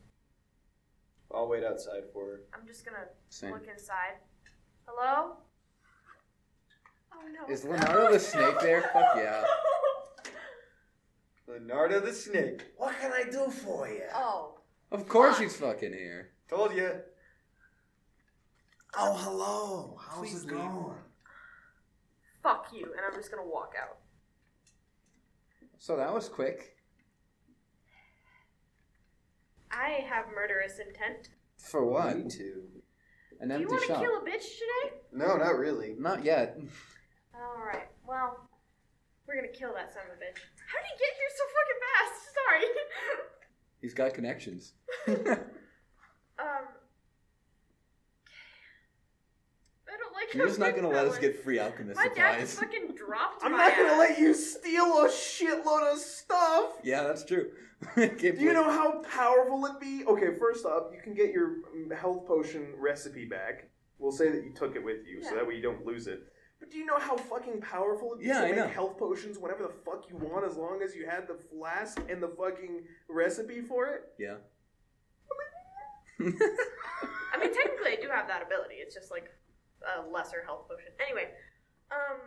C: I'll wait outside for her.
F: I'm just gonna
B: Same.
F: look inside. Hello? Oh no.
B: Is Leonardo the snake
F: *laughs*
B: there? Fuck yeah.
C: Leonardo the Snake.
M: What can I do for you?
F: Oh.
B: Of course he's fucking here.
C: Told you.
M: Oh, hello. How's it going?
F: Fuck you, and I'm just gonna walk out.
B: So that was quick.
F: I have murderous intent.
B: For what?
C: Me too.
B: An
F: Do you
B: empty
F: want to
B: shop.
F: kill a bitch today?
C: No, not really.
B: Not yet.
F: Alright, well, we're gonna kill that son of a bitch. How did he get here so fucking fast? *laughs* Sorry.
B: He's
F: *laughs*
B: got connections.
F: um. I don't like
B: You're
F: how
B: just not
F: big
B: gonna
F: that
B: let us
F: was.
B: get free alchemist
F: My dad
B: supplies.
F: just fucking dropped
M: I'm
F: my
M: not gonna
F: ass.
M: let you steal a shitload of stuff.
B: *laughs* Yeah, that's true. *laughs* Can't
E: Do
B: believe-
E: you know how powerful it'd be? Okay, first off, you can get your um, health potion recipe back. We'll say that you took it with you, so
M: Yeah.
E: that way you don't lose it.
M: But do you know how fucking powerful it is
E: Yeah,
M: to
E: I
M: make
E: know.
M: health potions whenever the fuck you want, as long as you had the flask and the fucking recipe for it?
B: Yeah.
F: I mean, technically, I do have that ability. It's just like a lesser health potion. Anyway, um,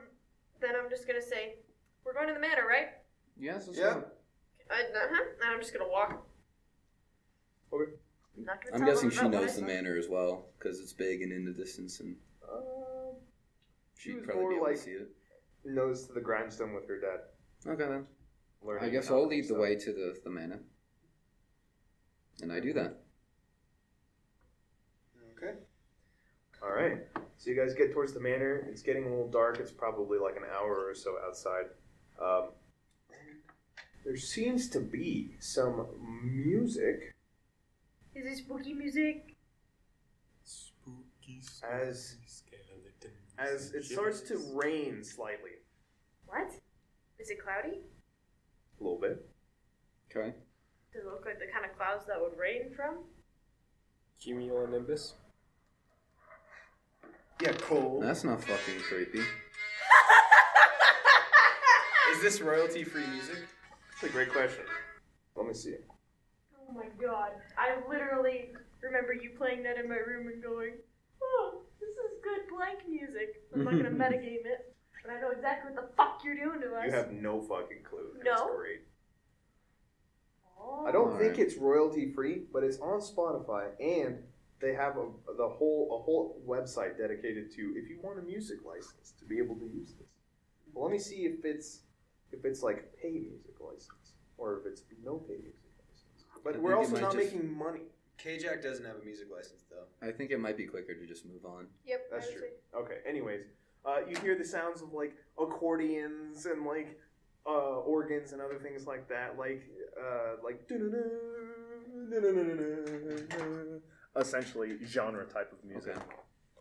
F: then I'm just gonna say we're going to the manor, right?
B: Yes, let's
E: Yeah.
B: go.
F: Uh huh. And I'm just gonna walk.
E: Okay.
F: I'm not gonna
B: I'm
F: tell
B: guessing
F: them
B: she
F: about what
B: knows
F: I
B: the
F: saw.
B: manor as well, because it's big and in the distance, and
E: Um, she
B: she'd
E: was
B: probably be
E: more
B: able to
E: like
B: see it.
E: nose to the grindstone with her dad.
B: Okay, then.
E: Learning
B: I guess
E: how
B: I'll
E: to do
B: lead the
E: stuff.
B: way to the, the manor. And I do that.
C: Okay.
E: All right. So you guys get towards the manor. It's getting a little dark. It's probably like an hour or so outside. Um, there seems to be some music
F: Is it spooky music?
E: as as it starts to rain slightly,
F: What? Is it cloudy?
E: a little bit.
B: Okay.
F: Does it look like the kind of clouds that would rain from?
D: Cumulonimbus.
N: Yeah, cool.
B: That's not fucking creepy.
N: Is this royalty free music? That's a great question. Let me see.
O: Oh my god. I literally remember you playing that in my room and going, oh, this is good blank music. I'm
N: *laughs*
O: not gonna metagame it. And I know exactly what the fuck you're doing to us.
N: You have no fucking clue.
O: No?
N: That's great. I don't think it's royalty free, but it's on Spotify, and they have a the whole a whole website dedicated to if you want a music license to be able to use this. Well, let me see if it's if it's like pay music license or if it's no pay music license.
C: I
N: But
C: think
N: we're
C: it
N: also
C: might
N: not
C: just-
N: making money.
C: K-Jack doesn't have a music license though.
B: I think it might be quicker to just move on.
O: Yep,
N: That's true. Okay. Anyways, uh, you hear the sounds of like accordions and like uh, organs and other things like that, like uh, like
E: Essentially, genre type of music.
B: Okay.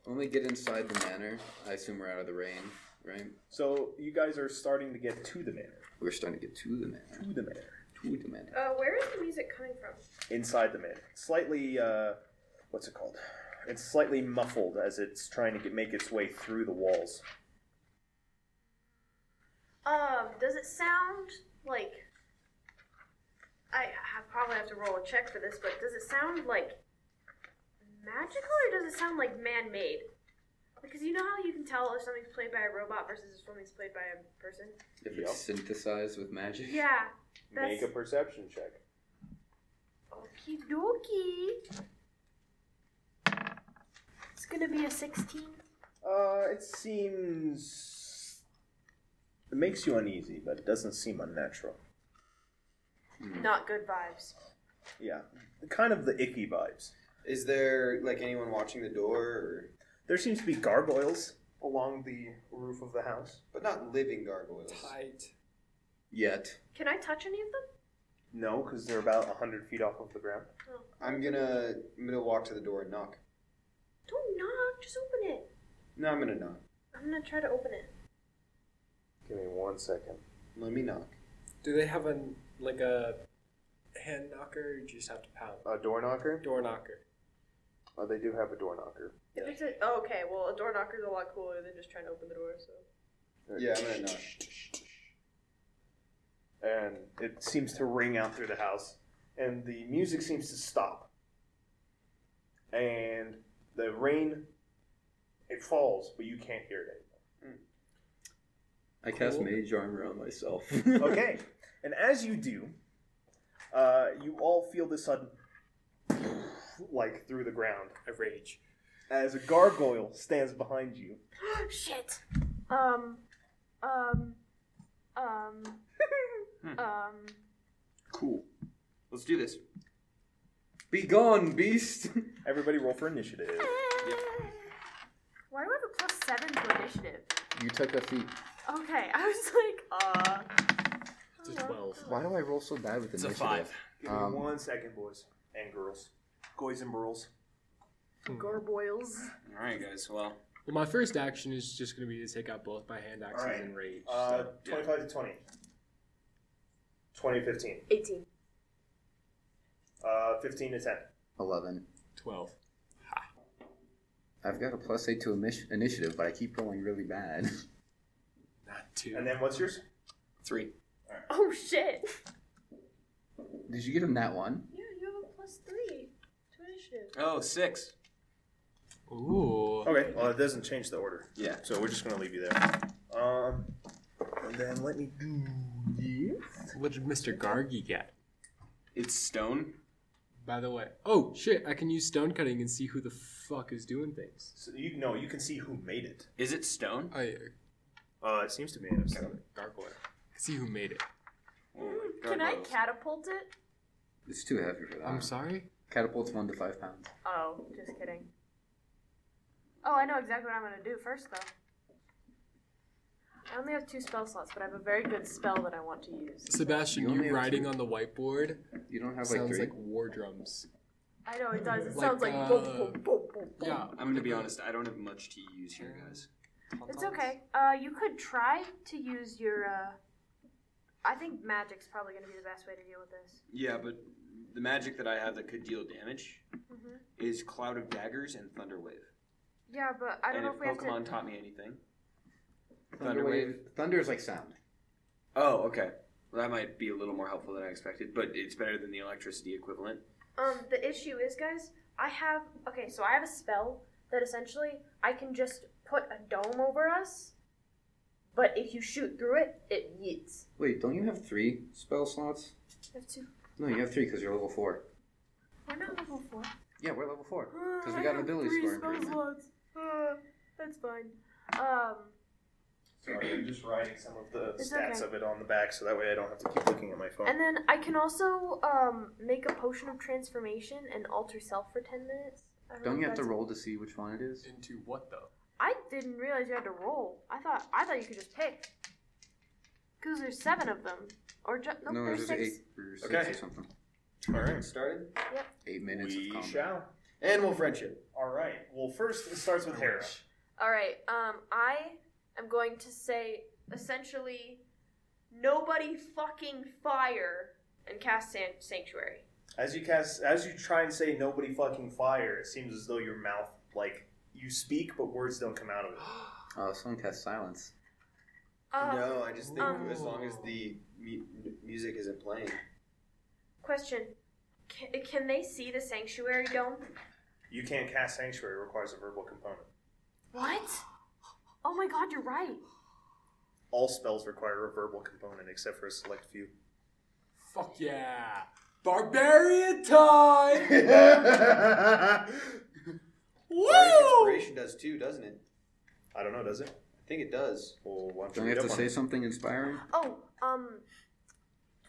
B: When we get inside the manor, I assume we're out of the rain, right?
E: So you guys are starting to get to the manor.
B: We're starting to get to the manor.
E: To the manor.
B: To the manor.
O: Uh, where is the music coming from?
E: Inside the manor. Slightly, uh, what's it called? It's slightly muffled as it's trying to get, make its way through the walls.
F: Um, does it sound like
O: I ha- probably have to roll a check for this, but does it sound like
F: magical or does it sound like man-made? Because you know how you can tell if something's played by a robot versus if something's played by a person.
B: If it's synthesized with magic.
F: Yeah, that's
N: Make a perception check.
F: okie dokie. It's gonna be a sixteen.
E: Uh, it seems. It makes you uneasy, but it doesn't seem unnatural.
P: Not good vibes.
E: Yeah. Kind of the icky vibes.
C: Is there like anyone watching the door, or...
E: There seems to be gargoyles.
N: along the roof of the house.
C: but not living gargoyles?
D: Tight.
B: Yet.
F: Can I touch any of them?
E: No, because they're about 100 feet off of the ground.
C: I'm gonna I'm gonna walk to the door and knock.
F: Don't knock. Just open it.
C: No, I'm gonna knock.
F: I'm gonna try to open it.
N: Give me one second.
C: Let me knock.
D: Do they have an like a hand knocker? Or you just have to pound.
N: A door knocker?
D: Door knocker.
N: Oh, they do have a door knocker.
P: If it's a, oh, okay, well, a door knocker's a lot cooler than just trying to open the door. So
C: Yeah, I'm gonna knock.
N: And it seems to ring out through the house, and the music seems to stop. And the rain, it falls, but you can't hear it
B: I cast mage armor on myself.
E: okay. And as you do, uh, you all feel this sudden, like through the ground,
D: I rage.
E: as a gargoyle stands behind you.
F: *gasps* Shit. Um. Um. Um.
Q: Hmm.
F: um.
E: Cool.
C: Let's do this.
B: *laughs* Be gone, beast!
E: Everybody roll for initiative.
F: Why do I have a plus seven for initiative?
B: You took a feat.
F: Okay,
P: *laughs*
F: I was like, uh.
Q: It's a 12.
B: Why do I roll so bad with
Q: It's a
B: initiative?
Q: five.
E: Give
B: Um,
E: me one second, boys and girls. Goys and burls.
P: garboils.
C: All right, guys. Well,
D: Well, my first action is just going to be to take out both my hand axes
E: Alright.
D: and rage.
E: Uh,
D: so, yeah.
E: 25 to 20. 20, 15.
P: 18.
E: Uh, 15 to 10.
B: 11.
D: 12.
B: I've got a plus 8 to initi- initiative, but I keep rolling really
A: *laughs*
B: bad.
D: Not two.
E: And then what's yours?
C: three.
F: Oh shit.
B: Did you get him that one?
F: Yeah, you have a plus three to initiative.
C: Oh, six.
D: Ooh.
B: Oh,
E: Okay, well, it doesn't change the order.
C: Yeah.
E: So we're just going to leave you there. Um, and then let me do this.
D: What did Mr. Gargi get?
C: It's stone.
D: By the way. Oh, shit. I can use stone cutting and see who the fuck is doing things. Oh,
E: So you know, you can see who made it.
C: Is it stone?
D: I
E: Uh, it seems to be an upset.
D: gargoyle. I can see who made it.
Q: Oh
C: Oh,
R: Mm,
P: Can I
C: Gargoyles.
P: catapult it?
B: It's too heavy for that.
D: I'm sorry?
B: Catapult's 1 to 5 pounds.
P: Oh, just kidding. Oh, I know exactly what I'm gonna do first, though. I only have two spell slots, but I have a very good spell that I want to use.
D: Sebastian,
B: You
D: you,
B: only have
D: writing on the whiteboard
B: You don't have like
D: sounds
B: three?
D: like war drums.
P: I know it does. It
D: Like,
P: sounds like
D: uh,
P: boom, boom, boom, boom, boom.
D: Yeah.
C: I'm gonna be honest. I don't have much to use here, guys.
F: It's okay. Uh, you could try to use your. Uh, I think magic's probably going to be the best way to deal with this.
C: Yeah, but the magic that I have that could deal damage
R: Mhm.
C: is Cloud of Daggers and Thunderwave.
R: Yeah, but I don't
C: and
R: know
C: if
R: if we have
C: Pokemon
R: to.
C: taught me anything,
B: Thunderwave. Thunder is like sound.
C: Oh, okay. Well, that might be a little more helpful than I expected, but it's better than the electricity equivalent.
F: Um, the issue is, guys, I have okay, so I have a spell that essentially I can just put a dome over us, but if you shoot through it, it yeets.
B: Wait, don't you have three spell slots?
F: I have two.
B: No, you have three because you're level four.
F: We're not level four.
B: Yeah, we're level four because we got an ability
R: three
B: score
R: spell
B: improvement.
R: slots. Uh, that's fine. Um,
E: Sorry, I'm just writing some of the
F: It's
E: stats
F: okay.
E: of it on the back so that way I don't have to keep looking at my phone.
F: And then I can also um make a potion of transformation and alter self for ten minutes. I don't
B: Don't
F: know
B: you
F: if
B: have to
F: that's-
B: roll to see which one it is?
D: Into what though?
F: I didn't realize you had to roll. I thought I thought you could just pick. Cause there's seven of them, or ju- nope,
B: no,
F: there's
B: there's
F: six.
B: eight or six
C: Okay.
B: or something.
E: All right.
C: Started?
B: Eight minutes of combat.
C: Animal friendship.
E: All right. Well, first it starts with Hera.
R: All right. Um, I am going to say essentially, nobody fucking fire and cast san- sanctuary.
E: As you cast, as you try and say "nobody fucking fire," it seems as though your mouth, like you speak, but words don't come out of it.
B: Oh, someone cast silence.
R: Um,
C: no, I just think
R: um,
C: as long as the mu- music isn't playing.
F: Question: can, can they see the sanctuary dome?
E: You can't cast sanctuary; it requires a verbal component.
F: What? Oh my god, you're right.
E: All spells require a verbal component, except for a select few.
D: Fuck yeah! Barbarian
E: *laughs*
D: time! Woo!
C: Bardic Inspiration does too, doesn't it?
E: I don't know, does it?
C: I think it does.
E: Well, why don't you
B: Don't you
E: read
B: have
E: up
B: to
E: on
B: say
E: it?
B: something inspiring?
F: Oh, um,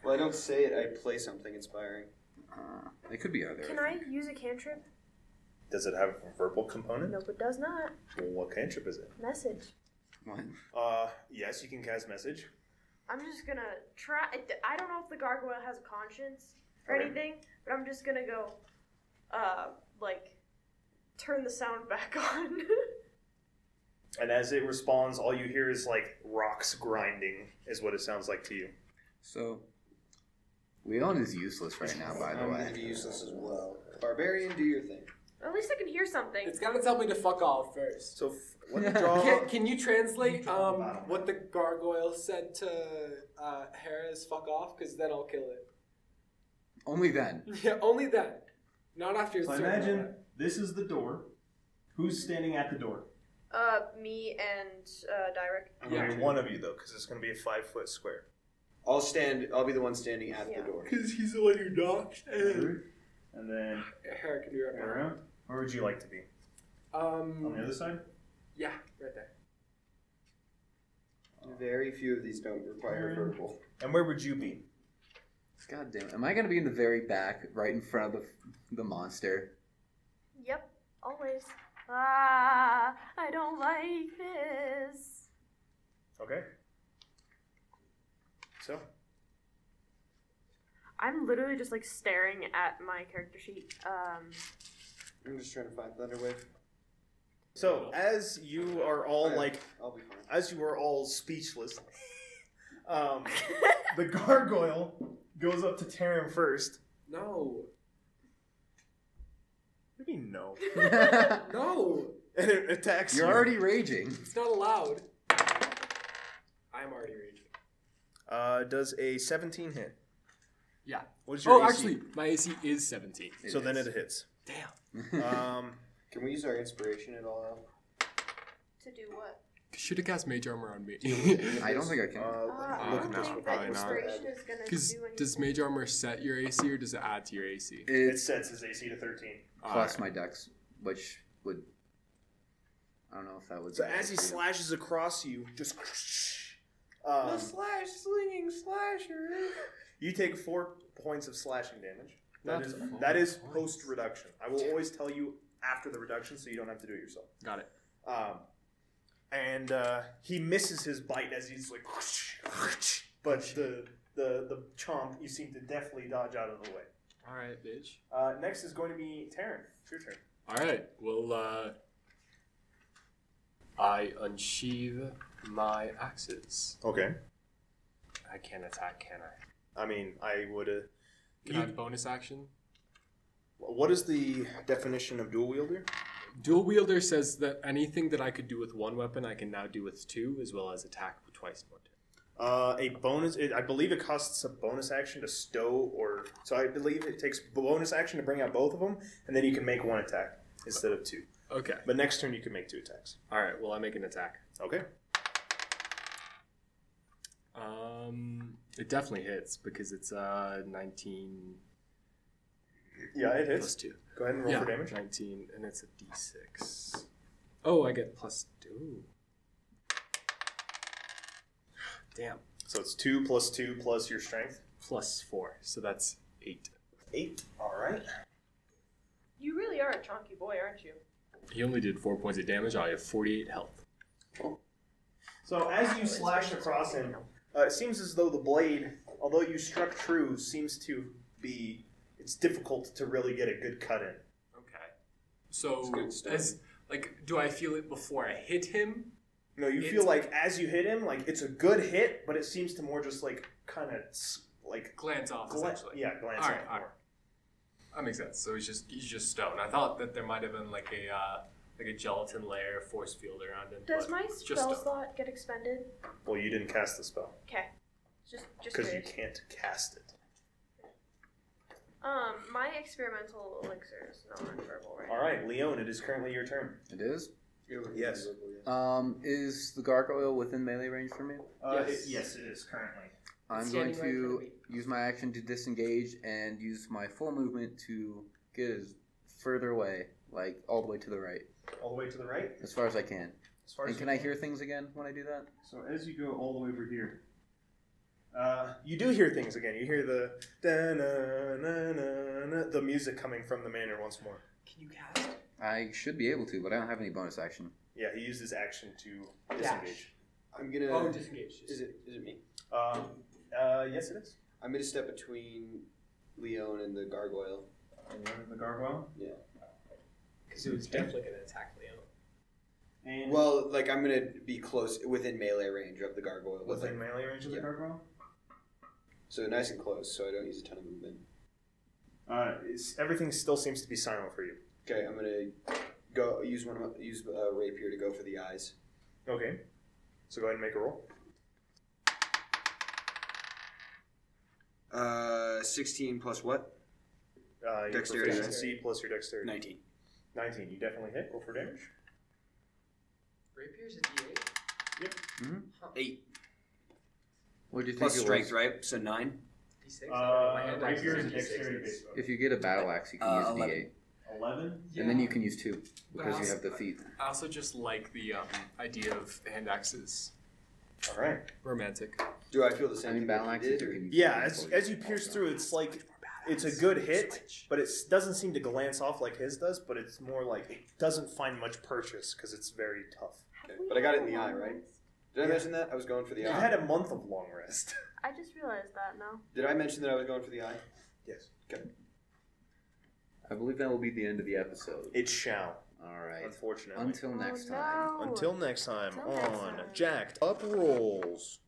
C: Well, I don't say it, I play something inspiring.
B: Uh, it could be either.
F: can I use a cantrip?
E: Does it have a verbal component?
F: Nope, it does not.
E: Well, what cantrip is it?
F: Message.
B: What?
E: Uh, yes, you can cast message.
F: I'm just gonna try. I don't know if the gargoyle has a conscience or
E: Okay.
F: anything, but I'm just gonna go, uh, like, turn the sound *laughs* back on.
E: And as it responds, all you hear is like rocks grinding, is what it sounds like to you.
B: So, Leon is useless right now, by the
C: I'm gonna
B: way.
C: be useless as well. Barbarian, do your thing.
F: At least I can hear something.
D: It's gotta tell me to fuck off first.
E: So, f- let me draw.
D: Can, can you translate um,
E: battle.
D: what the gargoyle said to uh, Hera's fuck off? Because then I'll kill it. *laughs*
B: Only then.
D: Yeah, only then. Not after
E: So
D: it's
E: imagine this is the door. Who's standing at the door?
R: Uh, me and uh, Dyrek.
E: I'm gonna be one of you though, because it's gonna be a five foot square.
C: I'll stand, I'll be the one standing at
R: Yeah.
C: the door.
D: Because he's the one who knocks. And
E: And then
D: Hera can do it right
E: around. Where would you like to be?
D: now.
E: On the
D: Um,
E: other side.
D: yeah, right there.
C: Very few of these don't require verbal.
E: And where would you be?
B: God damn. Am I gonna be in the very back, right in front of the, the monster?
F: Yep, always. Ah, I don't like this.
E: Okay. So
R: I'm literally just like staring at my character sheet. Um,
C: I'm just trying to find Thunderwave.
E: So as you are all
C: Yeah,
E: like,
C: I'll be fine.
E: as you are all speechless, *laughs* um, the gargoyle goes up to Taryn first.
D: No.
E: What do you mean no?
B: You're
D: No!
E: And it attacks you.
B: already raging.
D: It's not allowed. I'm already raging.
E: Uh, does a 17 hit?
D: Yeah.
E: What is your
D: Oh,
E: AC?
D: actually, my AC is 17.
E: so then it hits.
D: Damn.
E: Um,
C: Can we use our inspiration at all? Al?
R: to do what?
D: Should have cast mage armor *laughs* on me.
B: I don't think I can.
E: Oh,
C: Uh,
R: Uh,
C: look at this
D: I
C: one.
D: think that Probably not.
R: Inspiration is gonna
D: Because
R: do anything.
D: does mage armor set your AC or does it add to your AC?
E: it
B: it's
E: sets his AC to 13.
B: plus
D: Alright.
B: my dex, which would. I don't know if that would.
E: So
B: be
E: as he
B: enough for you.
E: slashes across you, just. Um,
C: slash slinging slasher.
E: you take four points of slashing damage. That
D: Not
E: is
D: four
E: that is
D: points.
E: post reduction. I will always tell you after the reduction, so you don't have to do it yourself.
D: Got it.
E: Um, and uh, he misses his bite as he's like, but the the the chomp you seem to deftly dodge out of the way.
D: All right, bitch.
E: Uh, next is going to be Taryn. It's your turn.
D: All right. Well, uh, I unsheathe my axes.
E: Okay.
D: I can't attack, can I?
E: I mean, I would. Uh,
D: Can I bonus action?
S: What is the definition of dual wielder?
D: Dual wielder says that anything that I could do with one weapon, I can now do with two, as well as attack twice more.
E: Uh, a bonus. It, I believe it costs a bonus action to stow, or so I believe it takes bonus action to bring out both of them, and then you can make one attack instead of two.
D: Okay.
E: But next turn you can make two attacks.
D: All right. Well, I make an attack.
E: Okay.
D: Um, it definitely hits because it's uh 19.
E: Yeah, it hits.
D: Plus two.
E: Go ahead and roll
D: Yeah,
E: for damage.
D: 19, and it's a d6. Oh, I get plus two. *gasps* Damn.
E: So it's two plus two plus your strength.
D: Plus four, so that's eight.
E: Eight. All right.
F: You really are a chunky boy, aren't you?
D: He only did four points of damage. I have 48 health.
E: So as you slash across him, uh, it seems as though the blade, although you struck true, seems to be. It's difficult to really get a good cut in.
D: Okay. So, as like, do I feel it before I hit him?
E: No, you feel like as you hit him, like it's a good hit, but it seems to more just like kind of like
D: glance off.
E: gla-
D: essentially.
E: yeah, glance
D: All
E: off
D: right, all right. That makes sense. So he's just he's just stoned. I thought that there might have been like a uh, like a gelatin layer force field around him.
T: Does
D: but
T: my
D: it's just
T: spell
D: stone.
T: slot get expended?
E: Well, you didn't cast the spell
F: Okay. Just, just
E: because you can't
F: curious.
E: cast it.
F: Um, my experimental elixir is not verbal right
E: All right, Leon, it is currently your turn.
A: It is.
E: Yes.
A: Um, is the gargoyle within melee range for me?
E: Uh, yes. It, yes, it is currently.
A: I'm going
E: Standing right in
A: to use my action to disengage and use my full movement to get as further away, like all the way to the right,
E: All the way to the right.
A: as far as I can.
E: As far
A: and
E: as
A: can
E: you
A: I
E: can.
A: hear things again when I do that?
E: So as you go all the way over here, uh, you do hear things again. You hear the da-na-na-na-na, the music coming from the manor once more.
D: Can you cast?
A: I should be able to, but I don't have any bonus action.
E: Yeah, he used his action to
A: Dash.
E: disengage.
C: I'm gonna.
A: Oh,
C: disengage. Is it? Is it me?
E: Um, uh, yes, it is.
C: I'm gonna step between Leon and the gargoyle.
E: the gargoyle.
C: Yeah.
D: Because it was definitely going to attack Leon.
E: And
C: Well, like I'm gonna be close within melee range of the gargoyle. with
E: within
C: it.
E: melee range of the
C: Yeah.
E: gargoyle.
C: So nice and close, so I don't use a ton of movement.
E: Uh, it's, everything still seems to be silent for you.
C: Okay, I'm gonna go use one of my, use a rapier to go for the eyes.
E: Okay. So go ahead and make a roll.
C: Uh, sixteen plus what?
E: Uh, your
C: Dexterity.
E: proficiency plus your dexterity.
C: Nineteen.
E: Nineteen. You definitely hit. Roll for damage.
D: Rapier's a d8.
E: Yep.
C: Eight.
A: What do you
C: Plus
A: think it
C: strength,
A: was?
C: right? So nine.
D: D6.
E: Uh, rapier is a dexterity based
A: If you get a battle axe, you can
C: Uh,
A: use a
C: 11.
A: D8,
E: Eleven.
A: and then you can use two
D: But
A: because you
D: also-
A: have the feet.
D: I also just like the um, idea of hand axes.
E: All right.
D: Romantic.
C: Do I feel the same?
A: I mean,
C: thing that
A: battle
C: you
A: axes.
C: did,
A: you
C: or-
A: can use
E: Yeah,
A: two.
E: as, as you pierce through, it's like it's a good hit, but it doesn't seem to glance off like his does. But it's more like it doesn't find much purchase because it's very tough.
C: But I got it in the eye, right? Did I mention that I was going for the
E: You
C: eye?
E: had a month of long rest.
F: I just realized that now.
C: Did I mention that I was going for the eye?
E: *laughs* Yes.
C: Okay.
A: I believe that will be the end of the episode.
E: It shall.
A: All right.
F: Oh,
E: Unfortunately.
A: Until next time.
E: Until next time
F: Until
E: on
F: next time.
E: Jacked Up Rolls.